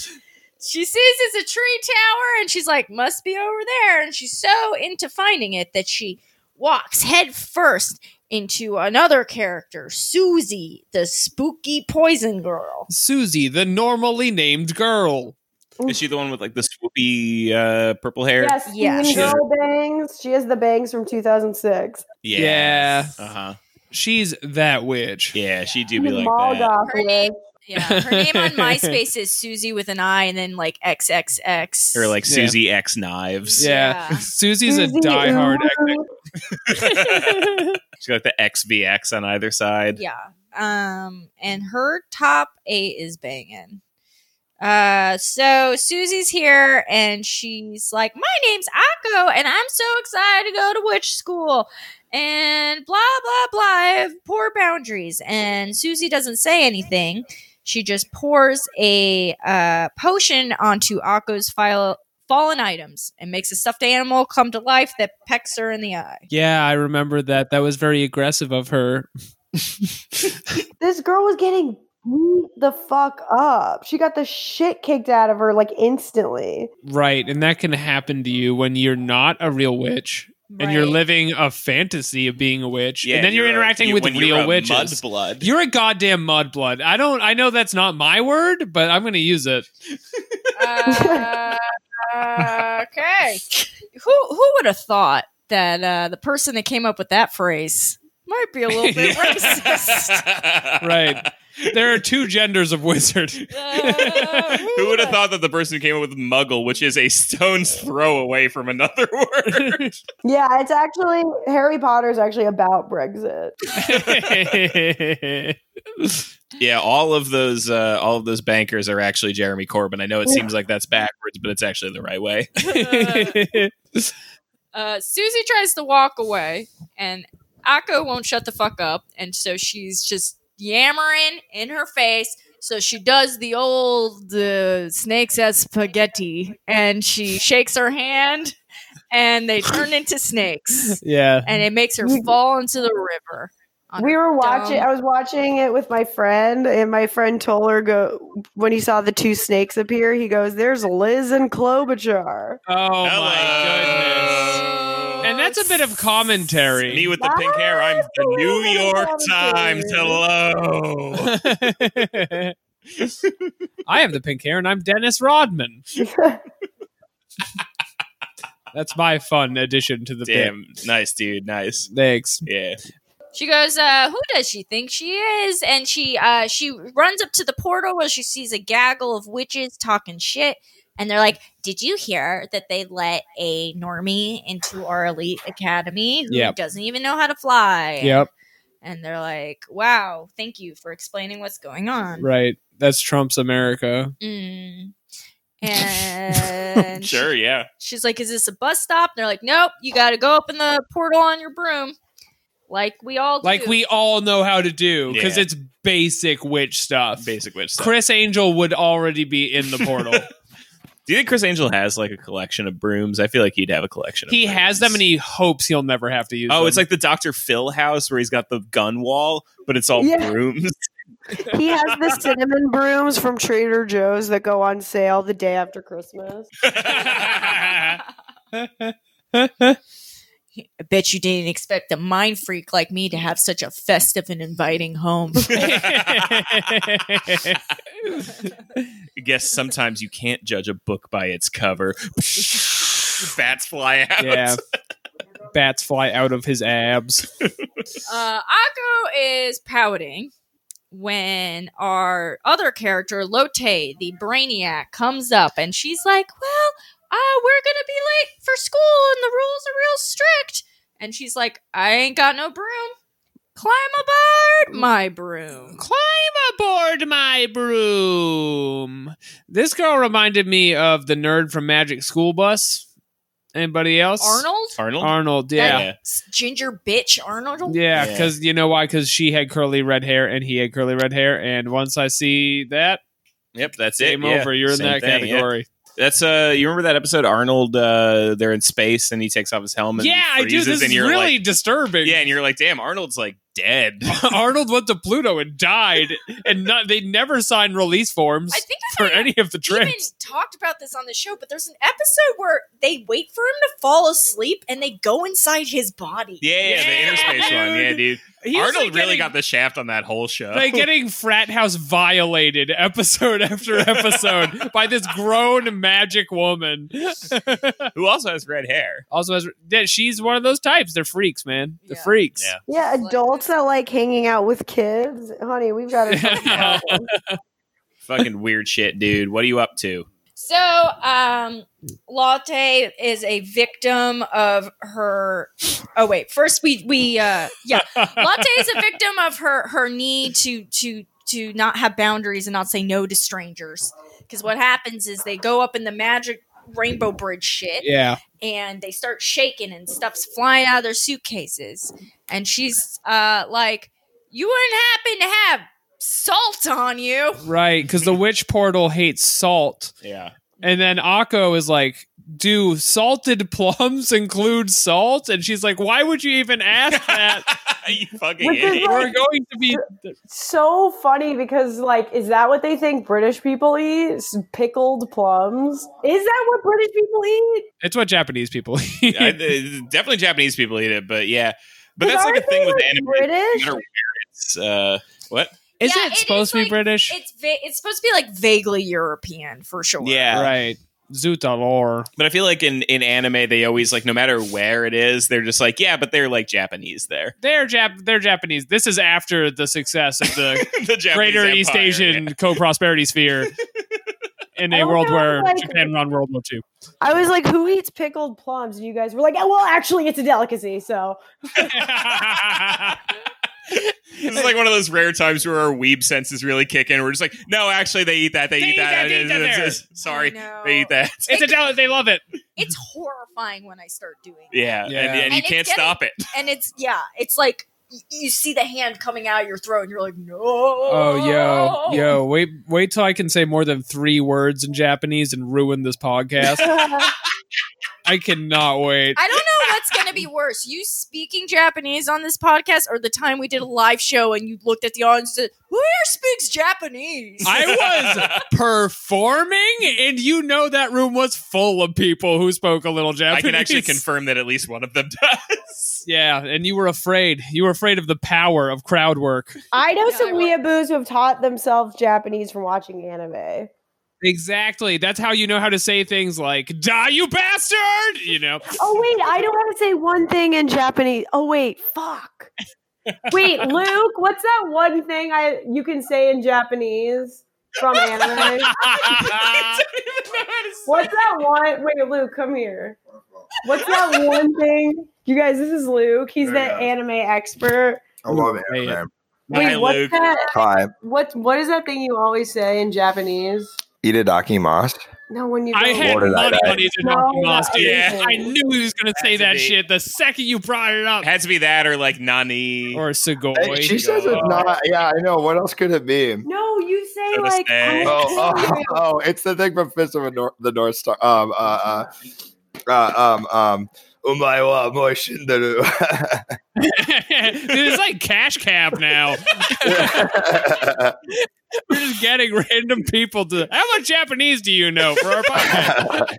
Speaker 5: She sees it's a tree tower and she's like, must be over there. And she's so into finding it that she walks head first into another character, Susie, the spooky poison girl.
Speaker 3: Susie, the normally named girl.
Speaker 1: Is she the one with like the swoopy uh, purple hair?
Speaker 4: Yes,
Speaker 5: Yeah.
Speaker 4: yeah.
Speaker 1: She is-
Speaker 4: girl bangs. She has the bangs from 2006.
Speaker 3: Yeah. Uh-huh.
Speaker 1: Uh huh.
Speaker 3: She's that witch.
Speaker 1: Yeah, she do be like
Speaker 4: Mall
Speaker 1: that.
Speaker 4: goth
Speaker 5: Her name-
Speaker 4: witch.
Speaker 5: Yeah, her name on MySpace is Susie with an I and then like XXX.
Speaker 1: Or like
Speaker 3: Yeah.
Speaker 1: Susie X knives.
Speaker 3: Yeah.
Speaker 5: Yeah.
Speaker 3: Susie's a
Speaker 4: Susie
Speaker 3: diehard.
Speaker 4: Ooh.
Speaker 1: She's got the XVX on either side.
Speaker 5: Yeah. Um, and her top eight is banging. Uh, so Susie's here and she's like, My name's Akko, and I'm so excited to go to witch school. And blah, blah, blah. I have poor boundaries. And Susie doesn't say anything. She just pours a uh, potion onto Akko's file, fallen items and makes a stuffed animal come to life that pecks her in the eye.
Speaker 3: Yeah, I remember that. That was very aggressive of her.
Speaker 4: This girl was getting beat the fuck up. She got the shit kicked out of her like instantly.
Speaker 3: Right. And that can happen to you when you're not a real witch and you're
Speaker 5: Right.
Speaker 3: living a fantasy of being a witch.
Speaker 1: Yeah,
Speaker 3: and then you're,
Speaker 1: a-
Speaker 3: interacting
Speaker 1: you-
Speaker 3: with
Speaker 1: when
Speaker 3: real
Speaker 1: you're a
Speaker 3: witches.
Speaker 1: Mudblood.
Speaker 3: You're a goddamn mudblood. I don't I know that's not my word, but I'm going to use it.
Speaker 5: Uh, okay. Who who would have thought that uh, the person that came up with that phrase might be a little bit racist?
Speaker 3: Right. There are two genders of wizard.
Speaker 5: Uh,
Speaker 1: Who would have thought that the person who came up with muggle, which is a stone's throw away from another word?
Speaker 4: Yeah, it's actually Harry Potter's actually about Brexit.
Speaker 1: yeah, all of those uh, all of those bankers are actually Jeremy Corbyn. I know it seems like that's backwards, but it's actually the right way.
Speaker 5: Uh, Susie tries to walk away, and Akko won't shut the fuck up, and so she's just yammering in her face. So she does the old uh, snakes as spaghetti, and she shakes her hand, and they turn into snakes,
Speaker 3: yeah.
Speaker 5: and it makes her fall into the river. on
Speaker 4: We
Speaker 5: her
Speaker 4: were watching.
Speaker 5: dumb-
Speaker 4: I was watching it with my friend, and my friend told her go when he saw the two snakes appear. He goes, "There's Liz and Klobuchar."
Speaker 3: Oh my goodness. And that's a bit of commentary.
Speaker 1: Me with the pink hair, I'm the
Speaker 4: That's
Speaker 1: New
Speaker 4: a little
Speaker 1: York
Speaker 4: something.
Speaker 1: Times. Hello.
Speaker 3: I have the pink hair and I'm Dennis Rodman. That's my fun addition to the bit.
Speaker 1: Damn, nice dude, nice.
Speaker 3: Thanks.
Speaker 1: Yeah,
Speaker 5: She goes, uh, "Who does she think she is?" And she uh, she runs up to the portal where she sees a gaggle of witches talking shit, and they're like, "Did you hear that they let a normie into our elite academy who
Speaker 3: Yep.
Speaker 5: doesn't even know how to fly?"
Speaker 3: Yep.
Speaker 5: And they're like, "Wow, thank you for explaining what's going on."
Speaker 3: Right. That's Trump's America.
Speaker 5: Mm. And
Speaker 1: sure, yeah.
Speaker 5: she's like, "Is this a bus stop?" And they're like, "Nope, you got to go open the portal on your broom." Like we all do.
Speaker 3: Like we all know how to do because
Speaker 1: Yeah.
Speaker 3: it's basic witch stuff.
Speaker 1: Basic witch stuff.
Speaker 3: Chris Angel would already be in the portal.
Speaker 1: Do you think Chris Angel has like a collection of brooms? I feel like he'd have a collection. Of
Speaker 3: he has
Speaker 1: brooms.
Speaker 3: them and he hopes he'll never have to use them.
Speaker 1: Oh, it's like the Doctor Phil house where he's got the gun wall, but it's all
Speaker 4: Yeah.
Speaker 1: brooms.
Speaker 4: He has the cinnamon brooms from Trader Joe's that go on sale the day after Christmas.
Speaker 5: I bet you didn't expect a mind freak like me to have such a festive and inviting home.
Speaker 1: I guess sometimes you can't judge a book by its cover. Bats fly out.
Speaker 3: yeah. Bats fly out of his abs.
Speaker 5: uh, Akko is pouting when our other character, Lotte, the brainiac, comes up and she's like, Well, uh, we're going to be late for school and the rules are real strict. And she's like, I ain't got no broom. Climb aboard my broom.
Speaker 3: Climb aboard my broom. This girl reminded me of the nerd from Magic School Bus. Anybody else?
Speaker 5: Arnold?
Speaker 1: Arnold.
Speaker 3: Arnold, yeah.
Speaker 5: S- Ginger bitch Arnold?
Speaker 3: Yeah,
Speaker 1: Yeah.
Speaker 3: because you know why? Because she had curly red hair and he had curly red hair. And once I see that,
Speaker 1: Yep, that's
Speaker 3: game
Speaker 1: it. yeah.
Speaker 3: over. You're in
Speaker 1: Same
Speaker 3: that
Speaker 1: thing, yeah.
Speaker 3: category.
Speaker 1: That's uh, you remember that episode Arnold? Uh, they're in space and he takes off his
Speaker 3: Yeah,
Speaker 1: helmet.
Speaker 3: I
Speaker 1: and he
Speaker 3: do.
Speaker 1: freezes,
Speaker 3: This
Speaker 1: and
Speaker 3: is
Speaker 1: you're
Speaker 3: really
Speaker 1: like,
Speaker 3: disturbing.
Speaker 1: yeah, and you're like, damn, Arnold's like dead.
Speaker 3: Arnold went to Pluto and died, and not, they never signed release forms
Speaker 5: I think I
Speaker 3: for
Speaker 5: might have
Speaker 3: any of the
Speaker 5: even
Speaker 3: trips.
Speaker 5: talked about this on the show, but there's an episode where they wait for him to fall asleep and they go inside his body.
Speaker 1: Yeah, yeah,
Speaker 3: Yeah,
Speaker 1: the interspace one. Yeah, dude.
Speaker 3: He's,
Speaker 1: Arnold
Speaker 3: like,
Speaker 1: really
Speaker 3: getting-
Speaker 1: got the shaft on that whole show.
Speaker 3: like getting frat house violated episode after episode by this grown magic woman.
Speaker 1: who also has red hair?
Speaker 3: also has yeah, she's one of those types. They're freaks, man. They're
Speaker 5: Yeah.
Speaker 3: freaks.
Speaker 1: Yeah.
Speaker 4: Yeah, adults that like hanging out with kids. Honey, we've got a problem.
Speaker 1: Fucking weird shit, dude. What are you up to?
Speaker 5: So, um, Latte is a victim of her. Oh wait, first we we uh, yeah, Latte is a victim of her her need to to to not have boundaries and not say no to strangers. Because what happens is they go up in the magic rainbow bridge shit,
Speaker 3: Yeah.
Speaker 5: and they start shaking and stuff's flying out of their suitcases. And she's uh, like, "You wouldn't happen to have salt on you?"
Speaker 3: Right. Because the witch portal hates salt.
Speaker 1: Yeah.
Speaker 3: And then Akko is like, do salted plums include salt? And she's like, why would you even ask that?
Speaker 1: you fucking
Speaker 4: Which is
Speaker 1: idiot.
Speaker 3: We're going to be
Speaker 4: so funny because, like, is that what they think British people eat? S- Pickled plums? Is that what British people eat?
Speaker 3: It's what Japanese people
Speaker 1: I- definitely Japanese people eat it, but yeah. But
Speaker 4: 'Cause
Speaker 1: that's like a
Speaker 4: aren't
Speaker 1: thing
Speaker 4: they,
Speaker 1: with
Speaker 4: like,
Speaker 1: anime. No
Speaker 4: British?
Speaker 1: matter where it's, uh, what?
Speaker 3: Isn't
Speaker 5: Yeah,
Speaker 3: it
Speaker 5: it
Speaker 3: supposed
Speaker 5: is
Speaker 3: to be
Speaker 5: like-
Speaker 3: British?
Speaker 5: It's va- it's supposed to be like vaguely European for sure.
Speaker 1: Yeah.
Speaker 3: Right. Zoot alor.
Speaker 1: But I feel like in, in anime, they always like, no matter where it is, they're just like, yeah, but they're like Japanese there.
Speaker 3: They're Jap- they're Japanese. This is after the success of the
Speaker 1: the Japanese
Speaker 3: Greater East
Speaker 1: Empire,
Speaker 3: Asian
Speaker 1: yeah.
Speaker 3: co-prosperity sphere in
Speaker 4: I
Speaker 3: a
Speaker 4: don't
Speaker 3: world
Speaker 4: know,
Speaker 3: where
Speaker 4: like-
Speaker 3: Japan won World War II.
Speaker 4: I was like, who eats pickled plums? And you guys were like, oh, well, actually, it's a delicacy. So
Speaker 1: This is like one of those rare times where our weeb senses really kick in. We're just like, no, actually, they eat that. They,
Speaker 3: They
Speaker 1: eat
Speaker 3: eat
Speaker 1: that.
Speaker 3: that, they eat that there."
Speaker 1: Sorry,
Speaker 5: I know.
Speaker 1: they eat that.
Speaker 3: it's a del- they love it.
Speaker 5: It's horrifying when I start doing it.
Speaker 1: Yeah,
Speaker 3: Yeah.
Speaker 1: And, and you
Speaker 5: And it's
Speaker 1: can't
Speaker 5: getting-
Speaker 1: stop it.
Speaker 5: And it's yeah, it's like y- you see the hand coming out of your throat and you're like, "No."
Speaker 3: Oh yo yo wait wait till I can say more than three words in Japanese and ruin this podcast. I cannot wait.
Speaker 5: I don't know what's going to be worse. You speaking Japanese on this podcast or the time we did a live show and you looked at the audience and said, "Who here speaks Japanese?"
Speaker 3: I was performing, and you know that room was full of people who spoke a little
Speaker 1: I
Speaker 3: Japanese.
Speaker 1: can actually confirm that at least one of them does.
Speaker 3: Yeah, and you were afraid. You were afraid of the power of crowd work.
Speaker 4: I know
Speaker 5: Yeah, I
Speaker 4: some
Speaker 5: wa-
Speaker 4: weeaboos who have taught themselves Japanese from watching anime.
Speaker 3: Exactly. That's how you know how to say things like "die, you bastard." You know.
Speaker 4: Oh wait, I know how to say one thing in Japanese. Oh wait, fuck. Wait, Luke, what's that one thing I you can say in Japanese from anime? What's that one? Wait, Luke, come here. What's that one thing? You guys, this is Luke. He's the
Speaker 6: Yeah.
Speaker 4: anime expert.
Speaker 6: I love
Speaker 3: Hey,
Speaker 6: anime.
Speaker 4: Wait,
Speaker 1: Hi,
Speaker 4: what's
Speaker 1: Luke.
Speaker 4: that?
Speaker 6: Hi,
Speaker 4: What what is that thing you always say in Japanese?
Speaker 6: Itadaki Mas.
Speaker 4: No, when you
Speaker 3: I
Speaker 4: go-
Speaker 3: had
Speaker 6: What did I
Speaker 3: money
Speaker 6: say?
Speaker 3: on Ethan
Speaker 4: No,
Speaker 3: Hawking Moss, dude.
Speaker 1: yeah.
Speaker 3: I knew he was going to say
Speaker 1: Had to
Speaker 3: that
Speaker 1: be.
Speaker 3: shit the second you brought it up.
Speaker 1: Had to be that or like Nani.
Speaker 3: Or Segoy.
Speaker 6: Hey, she says it's not. Yeah, I know. What else could it be?
Speaker 4: No, you say
Speaker 1: Gotta
Speaker 4: like
Speaker 1: say.
Speaker 4: I
Speaker 6: Oh, oh,
Speaker 4: am.
Speaker 6: oh, it's the thing from Fist of a Nor- the North Star. Um, uh, uh, uh, um, um, Umai wa moi shinderu.
Speaker 3: it's like cash cab now. We're just getting random people to. How much Japanese do you know for our podcast?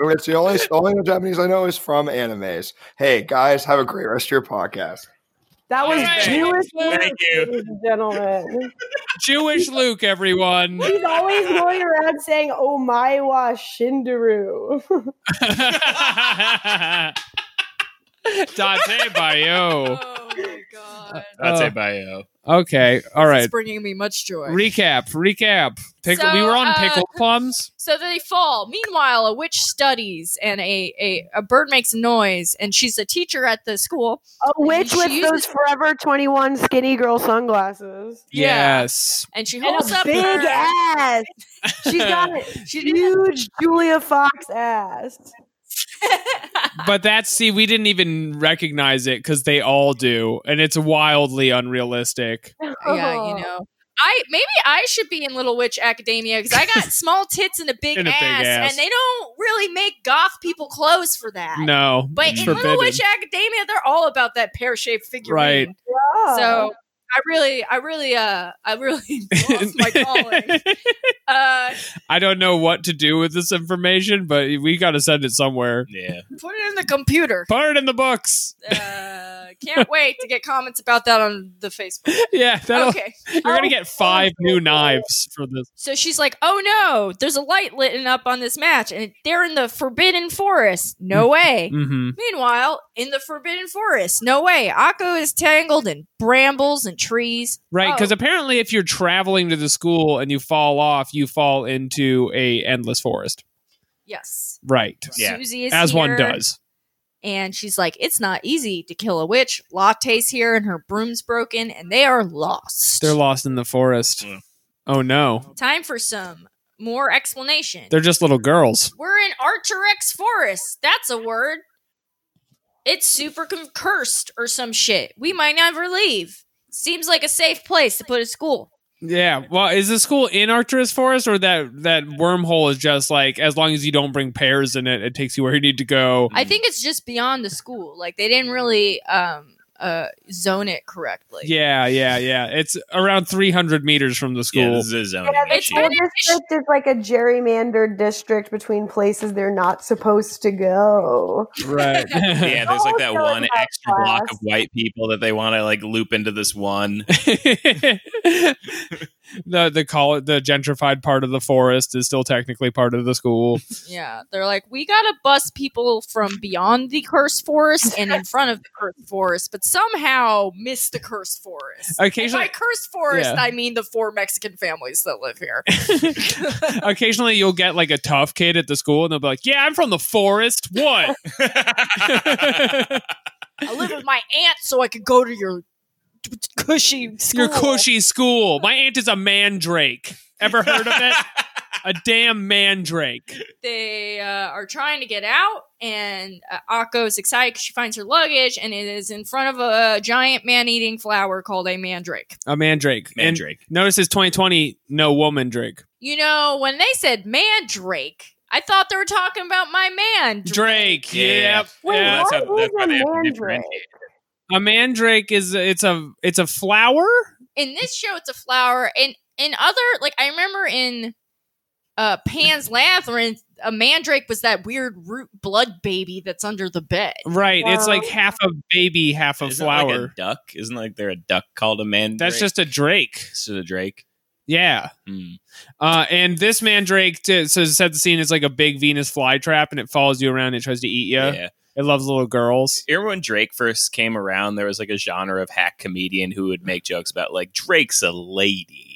Speaker 6: it's the only, the only Japanese I know is from animes. Hey, guys, have a great rest of your podcast.
Speaker 4: That was
Speaker 3: Hey,
Speaker 4: Jewish Luke,
Speaker 1: Thank you.
Speaker 4: ladies and gentlemen.
Speaker 3: Jewish Luke, everyone.
Speaker 4: He's always going around saying "Oh my wa shindaru."
Speaker 3: Dante Bayo.
Speaker 5: Oh my god.
Speaker 1: That's
Speaker 3: Oh.
Speaker 1: a bio.
Speaker 3: Okay, all
Speaker 5: This is
Speaker 3: right.
Speaker 5: bringing me much joy.
Speaker 3: Recap, recap. Pickle.
Speaker 5: So,
Speaker 3: we were on
Speaker 5: uh,
Speaker 3: pickle plums.
Speaker 5: So they fall. Meanwhile, a witch studies and a, a, a bird makes a noise, and she's a teacher at the school.
Speaker 4: A witch with
Speaker 5: She
Speaker 4: those forever 21 skinny girl sunglasses.
Speaker 5: Yeah.
Speaker 3: Yes.
Speaker 5: And she
Speaker 4: And
Speaker 5: holds
Speaker 4: a
Speaker 5: up
Speaker 4: big
Speaker 5: her,
Speaker 4: ass. She's got a huge Julia Fox ass.
Speaker 3: But that's see, we didn't even recognize it because they all do, and it's wildly unrealistic. Uh-huh.
Speaker 5: Yeah, you know. I maybe I should be in Little Witch Academia because I got small tits and a, big,
Speaker 3: And a big
Speaker 5: ass,
Speaker 3: ass.
Speaker 5: and they don't really make goth people clothes for that.
Speaker 3: No,
Speaker 5: But
Speaker 3: it's
Speaker 5: in
Speaker 3: forbidden.
Speaker 5: Little Witch Academia, they're all about that pear shaped figurine.
Speaker 3: Right.
Speaker 4: Yeah.
Speaker 5: So I really, I really, uh, I really lost my calling. Uh,
Speaker 3: I don't know what to do with this information, but we got to send it somewhere.
Speaker 1: Yeah.
Speaker 5: put it in the computer.
Speaker 3: Put it in the books.
Speaker 5: Uh, can't wait to get comments about that on the Facebook.
Speaker 3: Yeah, that'll,
Speaker 5: Okay. Oh,
Speaker 3: you're gonna get five new knives for this.
Speaker 5: So she's like, "Oh no, there's a light litten up on this match, and they're in the Forbidden Forest. No way."
Speaker 3: Mm-hmm.
Speaker 5: Meanwhile, in the Forbidden Forest, no way. Akko is tangled in brambles and trees.
Speaker 3: Right, because
Speaker 5: Oh.
Speaker 3: apparently, if you're traveling to the school and you fall off, you fall into a endless forest.
Speaker 5: Yes.
Speaker 3: Right,
Speaker 1: Yeah.
Speaker 5: Susie is
Speaker 3: as one
Speaker 5: here,
Speaker 3: does.
Speaker 5: and she's like, "It's not easy to kill a witch. Latte's here, and her broom's broken, and they are lost.
Speaker 3: They're lost in the forest.
Speaker 1: Mm.
Speaker 3: Oh no,
Speaker 5: Time for some more explanation.
Speaker 3: they're just little girls.
Speaker 5: We're in Archerex Forest. That's a word. It's super con- cursed or some shit. We might never leave. Seems like a safe place to put a school.
Speaker 3: Yeah. Well, is the school in Arcturus Forest, or that that wormhole is just like as long as you don't bring pears in it, it takes you where you need to go.
Speaker 5: I think it's just beyond the school. Like they didn't really um uh zone it correctly.
Speaker 3: Yeah, yeah, yeah. It's around 300 meters from the
Speaker 1: Yeah,
Speaker 3: school.
Speaker 1: this is a zoning
Speaker 4: Yeah, the
Speaker 1: issue.
Speaker 4: school district is like a gerrymandered district between places they're not supposed to go.
Speaker 3: right.
Speaker 1: yeah, there's like that
Speaker 4: Also
Speaker 1: one
Speaker 4: in my
Speaker 1: extra block
Speaker 4: class.
Speaker 1: of white people that they want to like loop into this one.
Speaker 3: the the call the gentrified part of the forest is still technically part of the school.
Speaker 5: Yeah. They're like, we gotta bust people from beyond the cursed forest and in front of the cursed forest, but somehow miss the cursed forest. And
Speaker 3: Occasionally,
Speaker 5: by cursed forest,
Speaker 3: Yeah.
Speaker 5: I mean the four Mexican families that live here.
Speaker 3: occasionally you'll get like a tough kid at the school, and they'll be like, "Yeah, I'm from the forest. What?"
Speaker 5: I live with my aunt so I could go to your t- t- cushy school.
Speaker 3: Your cushy school. My aunt is a mandrake. Ever heard of it? a damn mandrake.
Speaker 5: They uh, are trying to get out, and uh, Akko's excited 'cause she finds her luggage, and it is in front of a giant man-eating flower called a mandrake.
Speaker 3: A mandrake. And
Speaker 1: Mandrake.
Speaker 3: notice it's 2020. No woman drake.
Speaker 5: You know, when they said mandrake, I thought they were talking about my man.
Speaker 3: Drake.
Speaker 1: Yeah.
Speaker 3: Yep.
Speaker 4: Wait,
Speaker 3: Yeah.
Speaker 1: that's
Speaker 4: what?
Speaker 1: how-
Speaker 4: Who's
Speaker 1: that's why
Speaker 4: a
Speaker 1: they have to
Speaker 4: mandrake?
Speaker 1: differentiate.
Speaker 3: A mandrake is it's a it's a flower.
Speaker 5: In this show, it's a flower, and in other, like I remember in uh, Pan's Labyrinth, a mandrake was that weird root blood baby that's under the bed.
Speaker 3: Right. It's
Speaker 4: Wow.
Speaker 3: like half a baby, half a
Speaker 1: Isn't it
Speaker 3: flower.
Speaker 1: Like a duck? Isn't like there a duck called a mandrake?
Speaker 3: That's just a drake.
Speaker 1: It's just a drake.
Speaker 3: Yeah.
Speaker 1: Hmm.
Speaker 3: Uh, and this mandrake to, so to set the scene is like a big Venus flytrap, and it follows you around and tries to eat you.
Speaker 1: Yeah.
Speaker 3: It loves little girls.
Speaker 1: You remember when Drake first came around? There was like a genre of hack comedian who would make jokes about like Drake's a lady.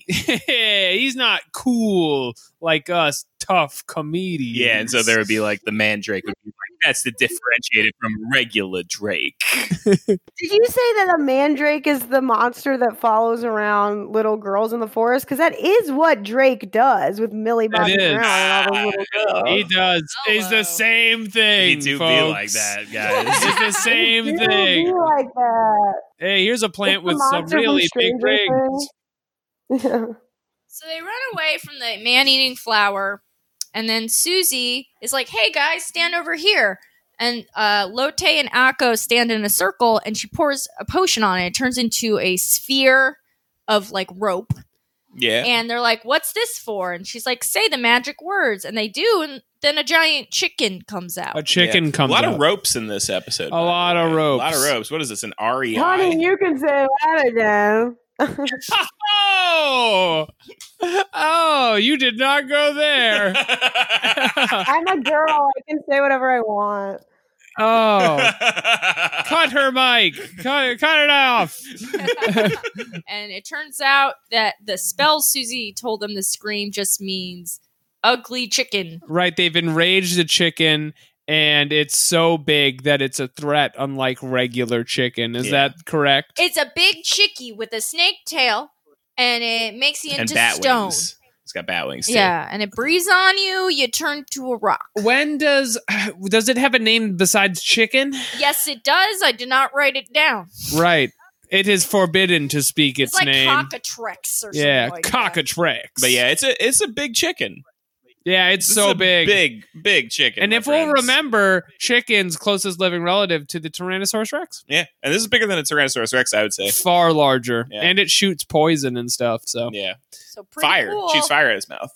Speaker 3: He's not cool like us, tough comedians.
Speaker 1: Yeah, and so there would be like the mandrake would be like, that's to differentiate it from regular Drake.
Speaker 4: Did you say that a mandrake is the monster that follows around little girls in the forest? Because that is what Drake does with Millie
Speaker 3: That
Speaker 4: Bobby
Speaker 3: is.
Speaker 4: Brown and all the little girls.
Speaker 3: He does. He's
Speaker 5: Hello.
Speaker 3: the same thing.
Speaker 1: You Oh. do
Speaker 3: folks.
Speaker 1: be like that, guys.
Speaker 3: It's the same
Speaker 4: You
Speaker 3: thing.
Speaker 4: do like that.
Speaker 3: Hey, here's a plant
Speaker 4: It's the
Speaker 3: with some
Speaker 4: monster from
Speaker 3: really big
Speaker 4: Stranger
Speaker 3: rings.
Speaker 4: Things.
Speaker 5: So they run away from the man eating flower, and then Susie is like, "Hey guys, stand over here." And uh, Lotte and Akko stand in a circle, and she pours a potion on it. It turns into a sphere of like rope,
Speaker 1: yeah.
Speaker 5: and they're like, "What's this for?" And she's like, "Say the magic words," and they do, and then a giant chicken comes out.
Speaker 3: A chicken
Speaker 1: Yeah.
Speaker 3: comes
Speaker 1: A lot
Speaker 3: out.
Speaker 1: of ropes in this episode. by the
Speaker 3: lot of
Speaker 1: way.
Speaker 3: ropes.
Speaker 1: A lot of ropes. What is this? An E REI?
Speaker 4: Honey, you can say that again.
Speaker 3: Oh, oh, you did not go there.
Speaker 4: I'm a girl. I can say whatever I want.
Speaker 3: Oh, cut her mic. Cut, cut it off.
Speaker 5: and it turns out that the spell Susie told them to scream just means ugly chicken.
Speaker 3: Right. They've enraged the chicken, and it's so big that it's a threat, unlike regular chicken. Is
Speaker 1: Yeah.
Speaker 3: that correct?
Speaker 5: It's a big chickie with a snake tail, and it makes you
Speaker 1: and
Speaker 5: into
Speaker 1: bat
Speaker 5: stone.
Speaker 1: wings. It's got bat wings. Too.
Speaker 5: Yeah, and it breathes on you. You turn to a rock.
Speaker 3: when does does it have a name besides chicken?
Speaker 5: Yes, it does. I did not write it down.
Speaker 3: Right. It is forbidden to speak its,
Speaker 5: It's, like
Speaker 3: name.
Speaker 5: cockatrix or
Speaker 3: yeah,
Speaker 5: something. like that.
Speaker 3: cockatrix.
Speaker 1: But yeah, it's a it's a big chicken.
Speaker 3: yeah, it's
Speaker 1: This is
Speaker 3: so
Speaker 1: a
Speaker 3: big.
Speaker 1: big, big chicken.
Speaker 3: and
Speaker 1: my
Speaker 3: if we'll
Speaker 1: friends.
Speaker 3: remember, chicken's closest living relative to the Tyrannosaurus Rex,
Speaker 1: yeah, and this is bigger than a Tyrannosaurus Rex, I would say.
Speaker 3: far larger,
Speaker 1: Yeah.
Speaker 3: and it shoots poison and stuff. So
Speaker 1: Yeah,
Speaker 5: So pretty
Speaker 1: fire
Speaker 5: Cool.
Speaker 1: shoots fire at his mouth.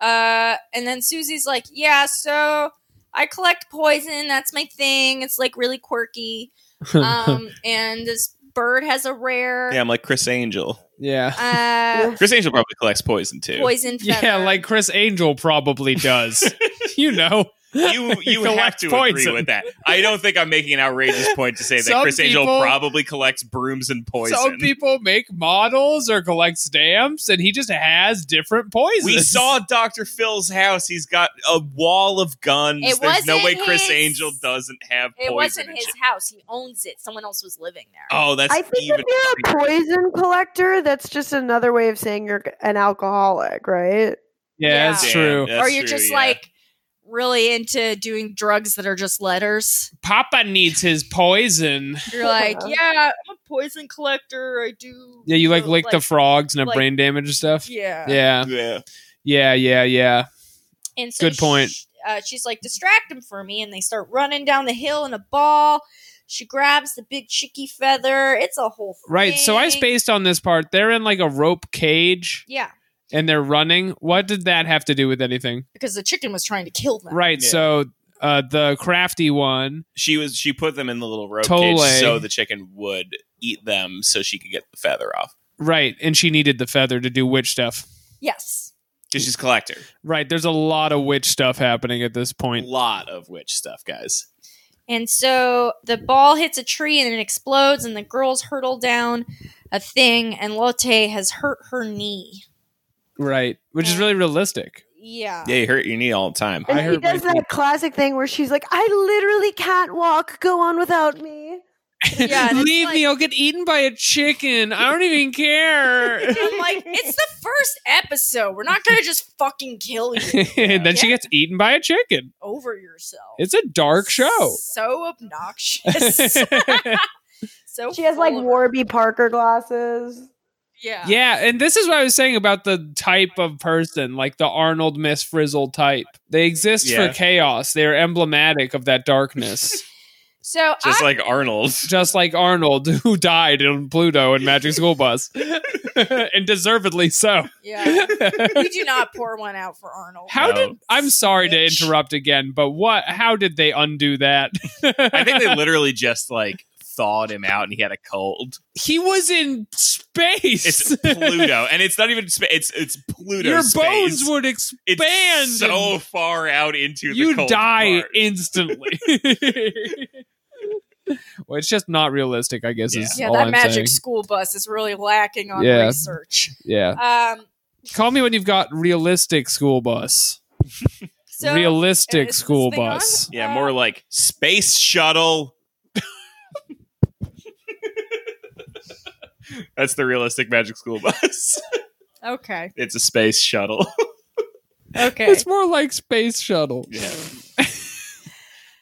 Speaker 5: Uh, and then Susie's like, "Yeah, so I collect poison. That's my thing. It's like really quirky. Um, and this bird has a rare
Speaker 1: Yeah, I'm like Chris Angel.
Speaker 3: yeah,
Speaker 5: uh,
Speaker 1: Chris Angel probably collects poison too.
Speaker 5: poison feather.
Speaker 3: yeah, like Chris Angel probably does. you know,
Speaker 1: You
Speaker 3: He
Speaker 1: you have
Speaker 3: collects
Speaker 1: to agree
Speaker 3: poison.
Speaker 1: with that. I don't think I'm making an outrageous point to say that
Speaker 3: Some
Speaker 1: Chris Angel
Speaker 3: people-
Speaker 1: probably collects brooms and poison.
Speaker 3: some people make models or collect stamps, and he just has different poisons.
Speaker 1: we saw Dr. Phil's house. He's got a wall of guns.
Speaker 5: It
Speaker 1: There's no
Speaker 5: wasn't
Speaker 1: way Chris
Speaker 5: his-
Speaker 1: Angel doesn't have
Speaker 5: it
Speaker 1: poison.
Speaker 5: wasn't
Speaker 1: and
Speaker 5: his
Speaker 1: shit.
Speaker 5: house. He owns it. Someone else was living there.
Speaker 1: Oh, that's
Speaker 4: I think
Speaker 1: even
Speaker 4: if you're a poison collector, that's just another way of saying you're an alcoholic, right?
Speaker 3: yeah, that's
Speaker 5: Yeah.
Speaker 3: true.
Speaker 1: Damn, that's
Speaker 5: or you're
Speaker 1: true,
Speaker 5: just
Speaker 1: yeah.
Speaker 5: like really into doing drugs that are just letters.
Speaker 3: Papa needs his poison.
Speaker 5: You're like, yeah, I'm a poison collector. I do.
Speaker 3: Yeah, you like lick the frogs and have
Speaker 5: like-
Speaker 3: brain damage and stuff.
Speaker 5: Yeah.
Speaker 3: Yeah,
Speaker 1: yeah.
Speaker 3: yeah, yeah, yeah.
Speaker 5: And so
Speaker 3: Good point.
Speaker 5: sh- uh, she's like, distract him for me. And they start running down the hill in a ball. She grabs the big chicky feather. It's a whole thing.
Speaker 3: Right. So I spaced on this part. They're in like a rope cage
Speaker 5: Yeah,
Speaker 3: and they're running. What did that have to do with anything?
Speaker 5: because the chicken was trying to kill them.
Speaker 3: Right.
Speaker 1: Yeah.
Speaker 3: So uh, the crafty one.
Speaker 1: She was she put them in the little rope
Speaker 3: Tole.
Speaker 1: cage so the chicken would eat them so she could get the feather off.
Speaker 3: Right. And she needed the feather to do witch stuff.
Speaker 5: Yes.
Speaker 1: Because she's a collector.
Speaker 3: Right. There's a lot of witch stuff happening at this
Speaker 1: A
Speaker 3: point.
Speaker 1: lot of witch stuff, guys.
Speaker 5: And so the ball hits a tree and it explodes, and the girls hurtle down a thing, and Lotte has hurt her knee.
Speaker 3: Right. Which is really realistic.
Speaker 5: Yeah.
Speaker 1: Yeah, you hurt your knee all the time.
Speaker 3: I
Speaker 4: And she
Speaker 3: heard my
Speaker 4: does that classic thing where she's like, "I literally can't walk. Go on without me."
Speaker 5: Yeah, that's
Speaker 3: Leave
Speaker 5: like-
Speaker 3: me. I'll get eaten by a chicken. I don't even care.
Speaker 5: I'm like, it's the first episode. We're not going to just fucking kill you
Speaker 3: and then she gets eaten by a chicken.
Speaker 5: over yourself.
Speaker 3: It's a dark show.
Speaker 5: So obnoxious. so
Speaker 4: She has like
Speaker 5: full of-
Speaker 4: Warby Parker glasses.
Speaker 5: yeah.
Speaker 3: yeah, and this is what I was saying about the type of person, like the Arnold Miss Frizzle type. They exist
Speaker 1: Yeah.
Speaker 3: for chaos. They are emblematic of that darkness.
Speaker 5: So
Speaker 1: Just
Speaker 5: I
Speaker 1: like Arnold.
Speaker 3: Just like Arnold, who died in Pluto and Magic School Bus. and deservedly so.
Speaker 5: yeah, we do not pour one out for Arnold.
Speaker 3: How
Speaker 1: No.
Speaker 3: did I'm sorry to
Speaker 5: Bitch.
Speaker 3: interrupt again, but what how did they undo that?
Speaker 1: I think they literally just like thawed him out and he had a cold.
Speaker 3: he was in space.
Speaker 1: It's Pluto, and it's not even spa- it's it's Pluto.
Speaker 3: Your
Speaker 1: space.
Speaker 3: bones would expand
Speaker 1: it's so
Speaker 3: and
Speaker 1: far out into the
Speaker 3: you
Speaker 1: cold
Speaker 3: die
Speaker 1: part.
Speaker 3: instantly. well, it's just not realistic, I guess. Is
Speaker 5: Yeah,
Speaker 3: all
Speaker 5: that
Speaker 3: I'm
Speaker 5: magic
Speaker 3: saying.
Speaker 5: school bus is really lacking on
Speaker 3: Yeah.
Speaker 5: research.
Speaker 3: Yeah,
Speaker 5: Um,
Speaker 3: call me when you've got realistic school bus.
Speaker 5: so
Speaker 3: realistic
Speaker 5: is this
Speaker 3: school
Speaker 5: thing on?
Speaker 3: bus.
Speaker 1: yeah, more like space shuttle. That's the realistic magic school bus.
Speaker 5: okay,
Speaker 1: It's a space shuttle.
Speaker 5: okay.
Speaker 3: It's more like space shuttle.
Speaker 1: Yeah.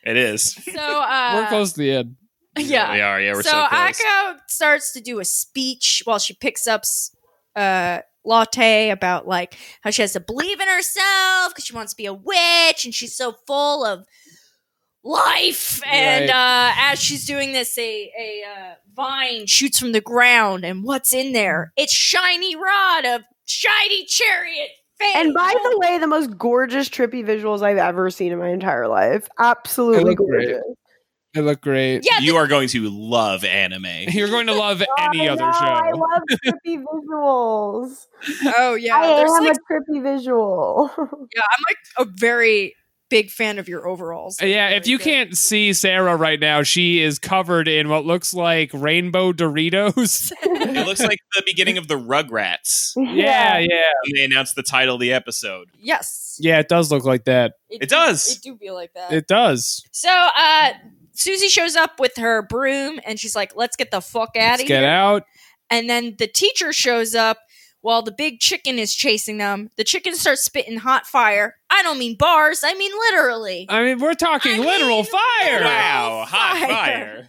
Speaker 1: it is.
Speaker 5: so uh,
Speaker 3: We're close to the end.
Speaker 5: Yeah.
Speaker 1: we are. Yeah, we're so,
Speaker 5: so
Speaker 1: close.
Speaker 5: Akko starts to do a speech while she picks up s- uh, Latte about like how she has to believe in herself because she wants to be a witch and she's so full of life. And
Speaker 3: Right.
Speaker 5: uh, as she's doing this, a, a uh, vine shoots from the ground, and what's in there? It's shiny rod of shiny chariot. Fate.
Speaker 4: And by the way, the most gorgeous trippy visuals I've ever seen in my entire life. Absolutely
Speaker 3: They look great.
Speaker 4: gorgeous.
Speaker 3: It looked great.
Speaker 5: yeah,
Speaker 1: you are going to love anime.
Speaker 3: You're going to love any
Speaker 4: Oh,
Speaker 3: other
Speaker 4: no, I
Speaker 3: show.
Speaker 4: love trippy visuals.
Speaker 5: oh yeah,
Speaker 4: I
Speaker 5: there's
Speaker 4: am
Speaker 5: like
Speaker 4: a trippy visual.
Speaker 5: yeah, I'm like a very big fan of your overalls.
Speaker 3: Uh, Yeah, if you
Speaker 5: Very
Speaker 3: can't see Sarah right now, she is covered in what looks like rainbow Doritos.
Speaker 1: It looks like the beginning of the Rugrats
Speaker 3: yeah, yeah.
Speaker 1: when they announced the title of the episode.
Speaker 5: good. Yes.
Speaker 3: Yeah, it does look like that.
Speaker 1: It does.
Speaker 5: It do be like that.
Speaker 3: It does.
Speaker 5: so uh Susie shows up with her broom and she's like, let's get the fuck out
Speaker 3: Let's
Speaker 5: of
Speaker 3: get
Speaker 5: here.
Speaker 3: out.
Speaker 5: And then the teacher shows up while the big chicken is chasing them. The chicken starts spitting hot fire. I don't mean bars, I mean literally.
Speaker 3: I mean, we're talking
Speaker 5: I mean,
Speaker 3: literal fire.
Speaker 1: Wow, hot
Speaker 5: Fire.
Speaker 1: fire.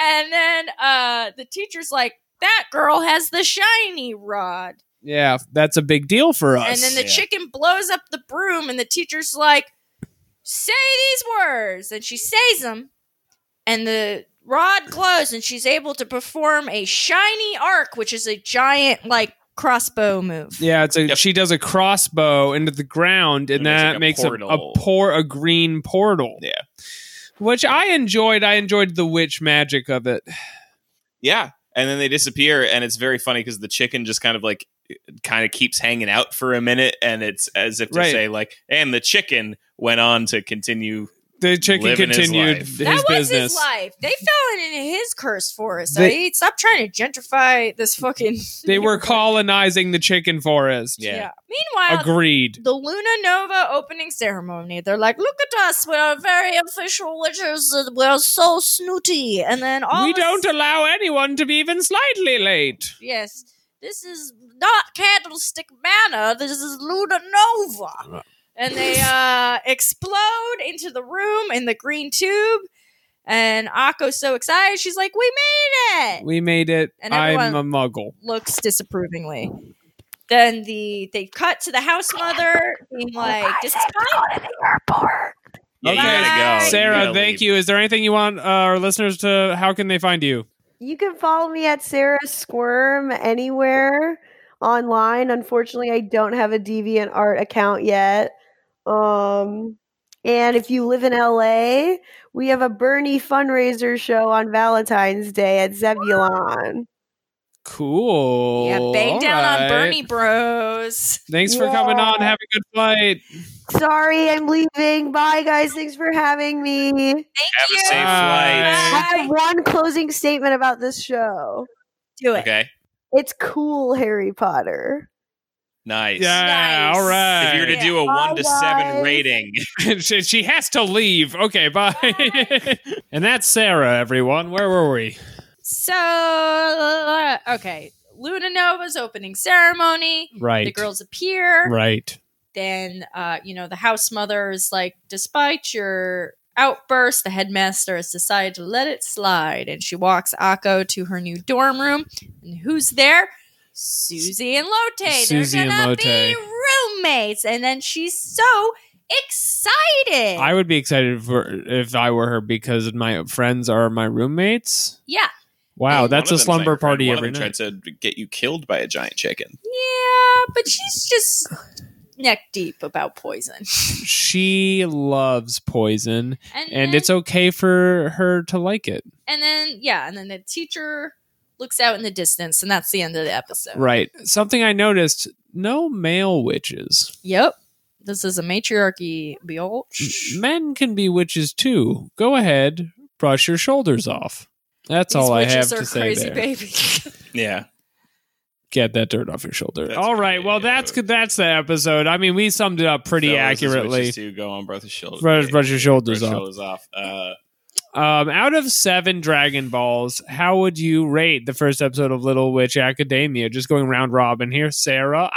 Speaker 5: And then uh the teacher's like, that girl has the shiny rod.
Speaker 3: Yeah, that's a big deal for us.
Speaker 5: And then the
Speaker 1: yeah.
Speaker 5: chicken blows up the broom, and the teacher's like, say these words. And she says them, and the rod glows, and she's able to perform a shiny arc, which is a giant, like, crossbow move.
Speaker 3: yeah, it's a,
Speaker 1: Yep.
Speaker 3: she does a crossbow into the ground,
Speaker 1: It
Speaker 3: and
Speaker 1: makes like
Speaker 3: that
Speaker 1: a
Speaker 3: makes a,
Speaker 1: portal.
Speaker 3: a pour a green portal.
Speaker 1: Yeah.
Speaker 3: which I enjoyed. I enjoyed the witch magic of it.
Speaker 1: Yeah. And then they disappear, and it's very funny because the chicken just kind of like kind of keeps hanging out for a minute, and it's as if to
Speaker 3: Right.
Speaker 1: say, like, and the chicken went on to continue.
Speaker 3: The chicken
Speaker 1: Living his
Speaker 3: continued
Speaker 1: life.
Speaker 3: his,
Speaker 5: that was
Speaker 3: business.
Speaker 5: his life. They fell into his curse for us.
Speaker 3: They-
Speaker 5: stop trying to gentrify this fucking.
Speaker 3: They were colonizing the chicken forest.
Speaker 1: Yeah.
Speaker 5: Meanwhile,
Speaker 3: Agreed.
Speaker 5: the Luna Nova opening ceremony. They're like, look at us, we are very official witches, and we are so snooty. And then all
Speaker 3: we
Speaker 5: of a
Speaker 3: don't
Speaker 5: s-
Speaker 3: allow anyone to be even slightly late.
Speaker 5: yes, this is not Candlestick Manor. This is Luna Nova. And they uh, explode into the room in the green tube. And Akko's so excited, she's like, "We made it!"
Speaker 3: We made it.
Speaker 5: And
Speaker 3: I'm a
Speaker 5: everyone-
Speaker 3: muggle.
Speaker 5: Looks disapprovingly. Then the they cut to the house mother being like, "Despite
Speaker 1: Yeah, you gotta go.
Speaker 5: Bye.
Speaker 1: Oh, You
Speaker 3: Oh, Sarah,
Speaker 1: gotta
Speaker 3: thank
Speaker 1: leave.
Speaker 3: you. Is there anything you want uh, our listeners to? How can they find you?
Speaker 4: You can follow me at Sarah Squirm anywhere online. Unfortunately, I don't have a deviant art account yet. Um, and if you live in LA, we have a Bernie fundraiser show on Valentine's Day at Zebulon.
Speaker 3: Cool.
Speaker 5: Yeah, bang
Speaker 3: All
Speaker 5: down
Speaker 3: right.
Speaker 5: on Bernie Bros.
Speaker 3: Thanks for coming on.
Speaker 4: Yeah.
Speaker 3: Have a good flight.
Speaker 4: Sorry, I'm leaving. Bye, guys. Thanks for having me.
Speaker 1: Have
Speaker 5: you.
Speaker 1: a safe
Speaker 3: Bye.
Speaker 1: flight.
Speaker 4: I
Speaker 5: Bye.
Speaker 4: have one closing statement about this show.
Speaker 5: Do it.
Speaker 1: Okay.
Speaker 4: It's cool, Harry Potter.
Speaker 1: Nice.
Speaker 3: Yeah.
Speaker 5: Nice.
Speaker 3: All right.
Speaker 1: If you're gonna do a
Speaker 4: Bye,
Speaker 1: one to seven
Speaker 4: guys.
Speaker 1: rating,
Speaker 3: she, she has to leave. Okay, bye. and that's Sarah, everyone. Where were we?
Speaker 5: So, uh, okay. Luna Nova's opening ceremony.
Speaker 3: Right.
Speaker 5: The girls appear.
Speaker 3: Right.
Speaker 5: Then, uh, you know, the house mother is like, despite your outburst, the headmaster has decided to let it slide. And she walks Akko to her new dorm room. And who's there? Susie and Lotte.
Speaker 3: Susie
Speaker 5: They're
Speaker 3: and
Speaker 5: gonna
Speaker 3: Lotte.
Speaker 5: be roommates. And then she's so excited.
Speaker 3: I would be excited for if I were her because my friends are my roommates.
Speaker 5: yeah.
Speaker 3: Wow,
Speaker 5: And
Speaker 1: One of
Speaker 3: that's a
Speaker 1: them's like
Speaker 3: slumber
Speaker 1: your friend.
Speaker 3: party
Speaker 1: One of
Speaker 3: every
Speaker 1: them
Speaker 3: night.
Speaker 1: Tried to get you killed by a giant chicken.
Speaker 5: Yeah, but she's just neck deep about poison.
Speaker 3: She loves poison, and
Speaker 5: then,
Speaker 3: it's okay for her to like it.
Speaker 5: and then yeah, and then the teacher looks out in the distance, and that's the end of the episode.
Speaker 3: Right. Something I noticed: no male witches.
Speaker 5: Yep. This is a matriarchy, bitch.
Speaker 3: Men can be witches too. Go ahead, brush your shoulders off. That's all I have to say
Speaker 5: crazy,
Speaker 3: there.
Speaker 5: baby.
Speaker 1: Yeah.
Speaker 3: Get that dirt off your shoulder.
Speaker 1: That's
Speaker 3: all right. Well,
Speaker 1: great.
Speaker 3: that's that's the episode. I mean, we summed it up pretty
Speaker 1: Fellas, this
Speaker 3: accurately.
Speaker 1: witches do go on brother's shoulders.
Speaker 3: Brush, brush your shoulders
Speaker 1: Brush
Speaker 3: off.
Speaker 1: shoulders off. Uh,
Speaker 3: Um, out of seven Dragon Balls, how would you rate the first episode of Little Witch Academia? Just going round robin here, Sarah.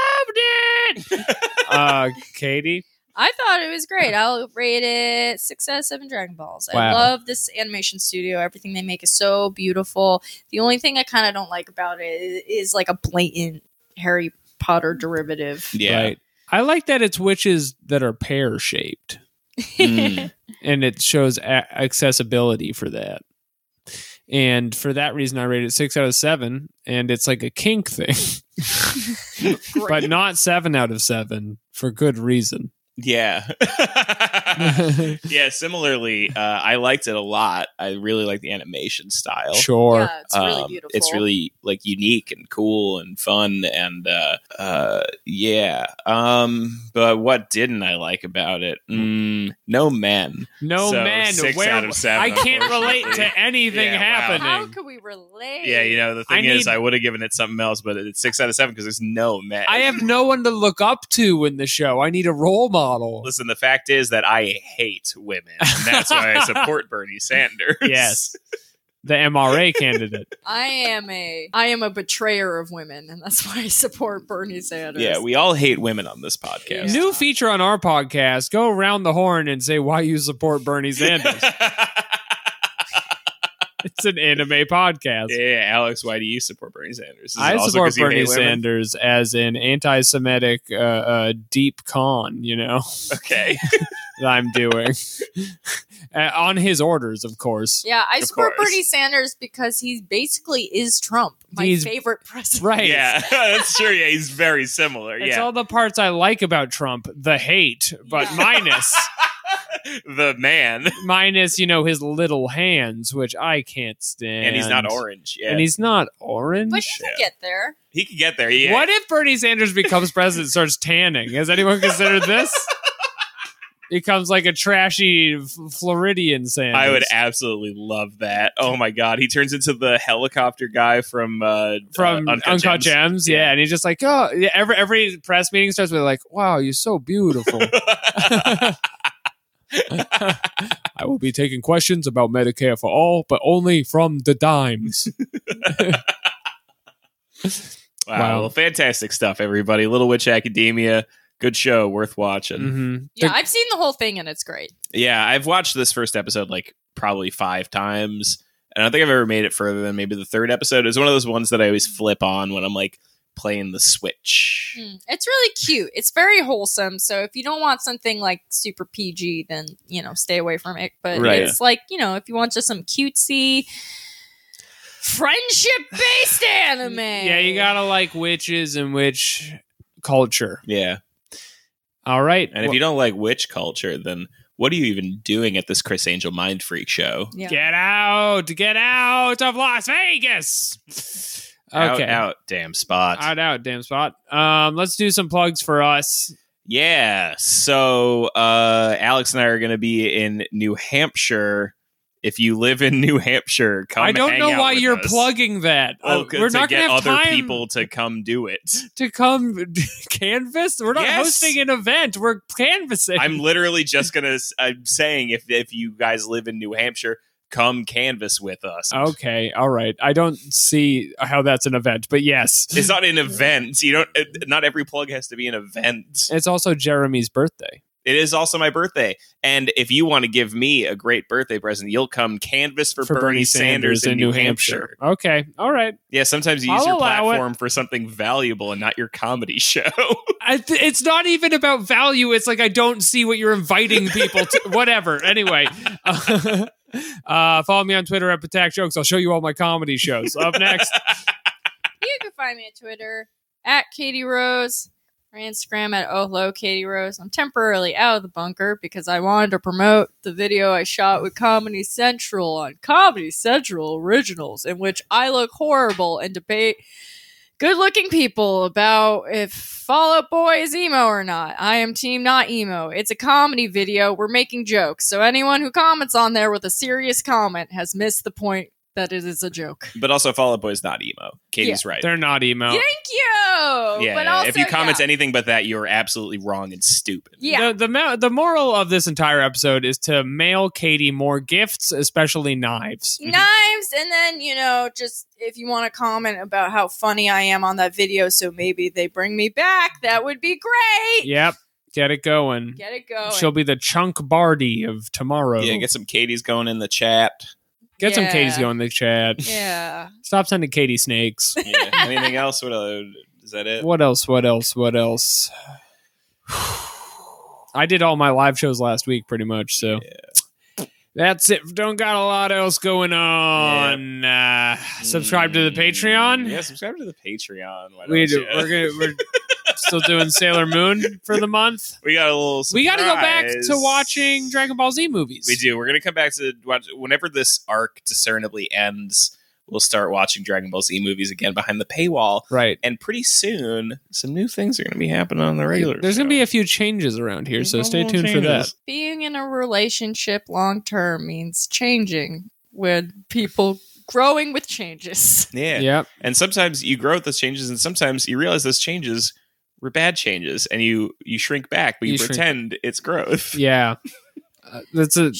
Speaker 3: I loved it. uh, Katie,
Speaker 5: I thought it was great. I'll rate it six out of seven Dragon Balls. I
Speaker 3: Wow.
Speaker 5: love this animation studio. Everything they make is so beautiful. The only thing I kind of don't like about it is like a blatant Harry Potter
Speaker 3: Mm.
Speaker 5: derivative.
Speaker 1: yeah.
Speaker 3: right? I like that it's witches that are pear shaped,
Speaker 1: Mm.
Speaker 3: and it shows a- accessibility for that. And for that reason, I rated it six out of seven, and it's like a kink thing, but not seven out of seven for good reason.
Speaker 1: Yeah. yeah. Similarly, uh, I liked it a lot. I really like the animation style.
Speaker 3: sure.
Speaker 5: yeah, it's really
Speaker 1: Um,
Speaker 5: beautiful.
Speaker 1: It's really like unique and cool and fun and uh, uh, yeah. Um, but what didn't I like about it? Mm, no men.
Speaker 7: No
Speaker 1: So,
Speaker 7: man,
Speaker 1: six
Speaker 7: where
Speaker 1: out of seven,
Speaker 7: I can't relate
Speaker 1: unfortunately.
Speaker 7: to anything
Speaker 1: Yeah, wow.
Speaker 5: How
Speaker 7: happening.
Speaker 5: could we relate?
Speaker 1: Yeah, you know the thing
Speaker 7: I
Speaker 1: is,
Speaker 7: need-
Speaker 1: I would have given it something else, but it's six out of seven because there's no men.
Speaker 3: I have no one to look up to in the show. I need a role model.
Speaker 1: Listen, the fact is that I hate women, and that's why I support Bernie Sanders.
Speaker 7: Yes. The MRA candidate.
Speaker 5: I am a I am a betrayer of women, and that's why I support Bernie Sanders.
Speaker 1: Yeah, we all hate women on this podcast.
Speaker 5: Yeah.
Speaker 3: New feature on our podcast: go around the horn and say why you support Bernie Sanders. it's an anime podcast.
Speaker 1: yeah, Alex, why do you support Bernie Sanders? Is it
Speaker 3: I
Speaker 1: also
Speaker 3: support
Speaker 1: 'cause you
Speaker 3: Bernie
Speaker 1: hate women?
Speaker 3: Sanders as an anti-Semitic uh, uh, deep con. You know
Speaker 1: Okay.
Speaker 3: that I'm doing uh, on his orders, of course.
Speaker 5: Yeah, I
Speaker 1: Of
Speaker 5: support
Speaker 1: course.
Speaker 5: Bernie Sanders because he basically is Trump, my
Speaker 3: He's-
Speaker 5: favorite president.
Speaker 3: Right.
Speaker 1: Yeah, that's true. Yeah, he's very similar.
Speaker 3: It's
Speaker 1: yeah.
Speaker 3: all the parts I like about Trump, the hate, but
Speaker 5: Yeah.
Speaker 3: minus
Speaker 1: the man.
Speaker 3: minus, you know, his little hands, which I can't stand.
Speaker 1: And, he's not orange. Yeah.
Speaker 3: And he's not orange.
Speaker 5: But he can get there.
Speaker 1: he could get there. Yeah.
Speaker 3: What if Bernie Sanders becomes president and starts tanning? Has anyone considered this? Becomes like a trashy F- Floridian Sanders.
Speaker 1: I would absolutely love that. Oh my god, he turns into the helicopter guy from uh,
Speaker 3: from
Speaker 1: uh,
Speaker 3: Uncut, Gems. yeah.
Speaker 1: Yeah.
Speaker 3: and he's just like, oh, yeah. Every every press meeting starts with like, wow, you're so beautiful. I will be taking questions about Medicare for all, but only from the dimes.
Speaker 1: Wow,
Speaker 3: Wow.
Speaker 1: Well, fantastic stuff, everybody. Little Witch Academia, good show, worth watching.
Speaker 3: Mhm.
Speaker 5: Yeah, I've seen the whole thing and it's great.
Speaker 1: Yeah, I've watched this first episode like probably five times, and I don't think I've ever made it further than maybe the third episode. It's one of those ones that I always flip on when I'm like playing the Switch.
Speaker 5: Mm, It's really cute. It's very wholesome. So if you don't want something like super PG, then you know stay away from it. But
Speaker 1: Right.
Speaker 5: it's like you know if you want just some cutesy friendship based anime.
Speaker 3: Yeah, you gotta like witches and witch culture.
Speaker 1: Yeah,
Speaker 3: All right,
Speaker 1: and if you don't like witch culture, then what are you even doing at this Chris Angel Mind Freak show?
Speaker 5: Yeah.
Speaker 3: get out, get out of Las Vegas.
Speaker 1: Out,
Speaker 3: Okay,
Speaker 1: out, damn spot.
Speaker 3: out, out, damn spot. Um, let's do some plugs for us.
Speaker 1: Yeah. So uh, Alex and I are going to be in New Hampshire. If you live in New Hampshire, come.
Speaker 3: I don't
Speaker 1: hang
Speaker 3: know
Speaker 1: out
Speaker 3: why
Speaker 1: with
Speaker 3: you're
Speaker 1: us.
Speaker 3: plugging that. Uh,
Speaker 1: Oh,
Speaker 3: we're
Speaker 1: to
Speaker 3: not
Speaker 1: get
Speaker 3: gonna have
Speaker 1: other
Speaker 3: time
Speaker 1: people to come do it.
Speaker 3: to come canvas. We're not
Speaker 1: Yes.
Speaker 3: hosting an event. We're canvassing.
Speaker 1: I'm literally just gonna. s- I'm saying if if you guys live in New Hampshire, come canvas with us.
Speaker 3: okay. All right. I don't see how that's an event, but yes,
Speaker 1: It's not an event. You don't. it- Not every plug has to be an event.
Speaker 3: it's also Jeremy's birthday.
Speaker 1: It is also my birthday, and if you want to give me a great birthday present, you'll come canvas for, Bernie, Sanders, in New Hampshire.
Speaker 3: Okay. All right.
Speaker 1: Yeah, sometimes you use
Speaker 3: I'll
Speaker 1: your
Speaker 3: allow it.
Speaker 1: platform for something valuable and not your comedy show.
Speaker 3: I th- it's not even about value. It's like I don't see what you're inviting people to. Whatever. Anyway. Uh, follow me on Twitter at Patak Jokes. I'll show you all my comedy shows. Up next,
Speaker 5: You can find me on Twitter at Katie Rose or Instagram at Oh Hello Katie Rose. I'm temporarily out of the bunker because I wanted to promote the video I shot with Comedy Central on Comedy Central Originals, in which I look horrible and debate good looking people about if Fall Out Boy is emo or not. I am team not emo. It's a comedy video. We're making jokes. So anyone who comments on there with a serious comment has missed the point that it is a joke.
Speaker 1: but also, Fall Out Boy is not emo. Katie's right.
Speaker 3: they're not emo.
Speaker 5: Thank you.
Speaker 1: yeah,
Speaker 5: but
Speaker 1: yeah.
Speaker 5: also,
Speaker 1: if you comment
Speaker 5: yeah.
Speaker 1: anything but that, you're absolutely wrong and stupid.
Speaker 5: yeah,
Speaker 3: The the, ma- the moral of this entire episode is to mail Katie more gifts, especially knives.
Speaker 5: knives, and then you know, just if you want to comment about how funny I am on that video, so maybe they bring me back. That would be great.
Speaker 3: Yep, get it going.
Speaker 5: Get it going.
Speaker 3: She'll be the chunk Barty of tomorrow.
Speaker 1: Yeah, get some Katie's going in the chat.
Speaker 3: Get some
Speaker 5: Yeah.
Speaker 3: Katie's going in the chat.
Speaker 5: yeah.
Speaker 3: Stop sending Katie snakes.
Speaker 1: Yeah. anything else? What uh, is that it?
Speaker 3: what else? What else? What else? I did all my live shows last week, pretty much. So that's it. Don't got a lot else going on. Uh, subscribe to the
Speaker 1: Mm,
Speaker 3: Patreon.
Speaker 1: Yeah, subscribe to the Patreon. Why
Speaker 3: we
Speaker 1: don't
Speaker 3: do,
Speaker 1: ya?
Speaker 3: we're gonna we're Still doing Sailor Moon for the month.
Speaker 1: We got a little. Surprise.
Speaker 3: We got to go back to watching Dragon Ball Z movies.
Speaker 1: We do. We're gonna come back to watch whenever this arc discernibly ends. We'll start watching Dragon Ball Z movies again behind the paywall,
Speaker 3: Right.
Speaker 1: and pretty soon some new things are gonna be happening on the regular.
Speaker 3: There's going to
Speaker 1: show.
Speaker 3: be a few changes around here, so
Speaker 1: There's
Speaker 3: stay
Speaker 1: no
Speaker 3: tuned for that.
Speaker 1: changes.
Speaker 5: Being in a relationship long term means changing when people growing with changes.
Speaker 1: yeah.
Speaker 3: Yep.
Speaker 1: And sometimes you grow with those changes, and sometimes you realize those changes were bad changes, and you you shrink back, but you,
Speaker 3: You shrink.
Speaker 1: pretend it's growth.
Speaker 3: Yeah. Uh, that's a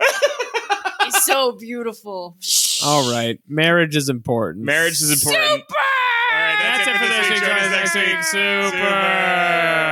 Speaker 5: It's so beautiful.
Speaker 3: all right. Marriage is important.
Speaker 1: Marriage is important. All right,
Speaker 3: That's it for this week. Join us next week. Super.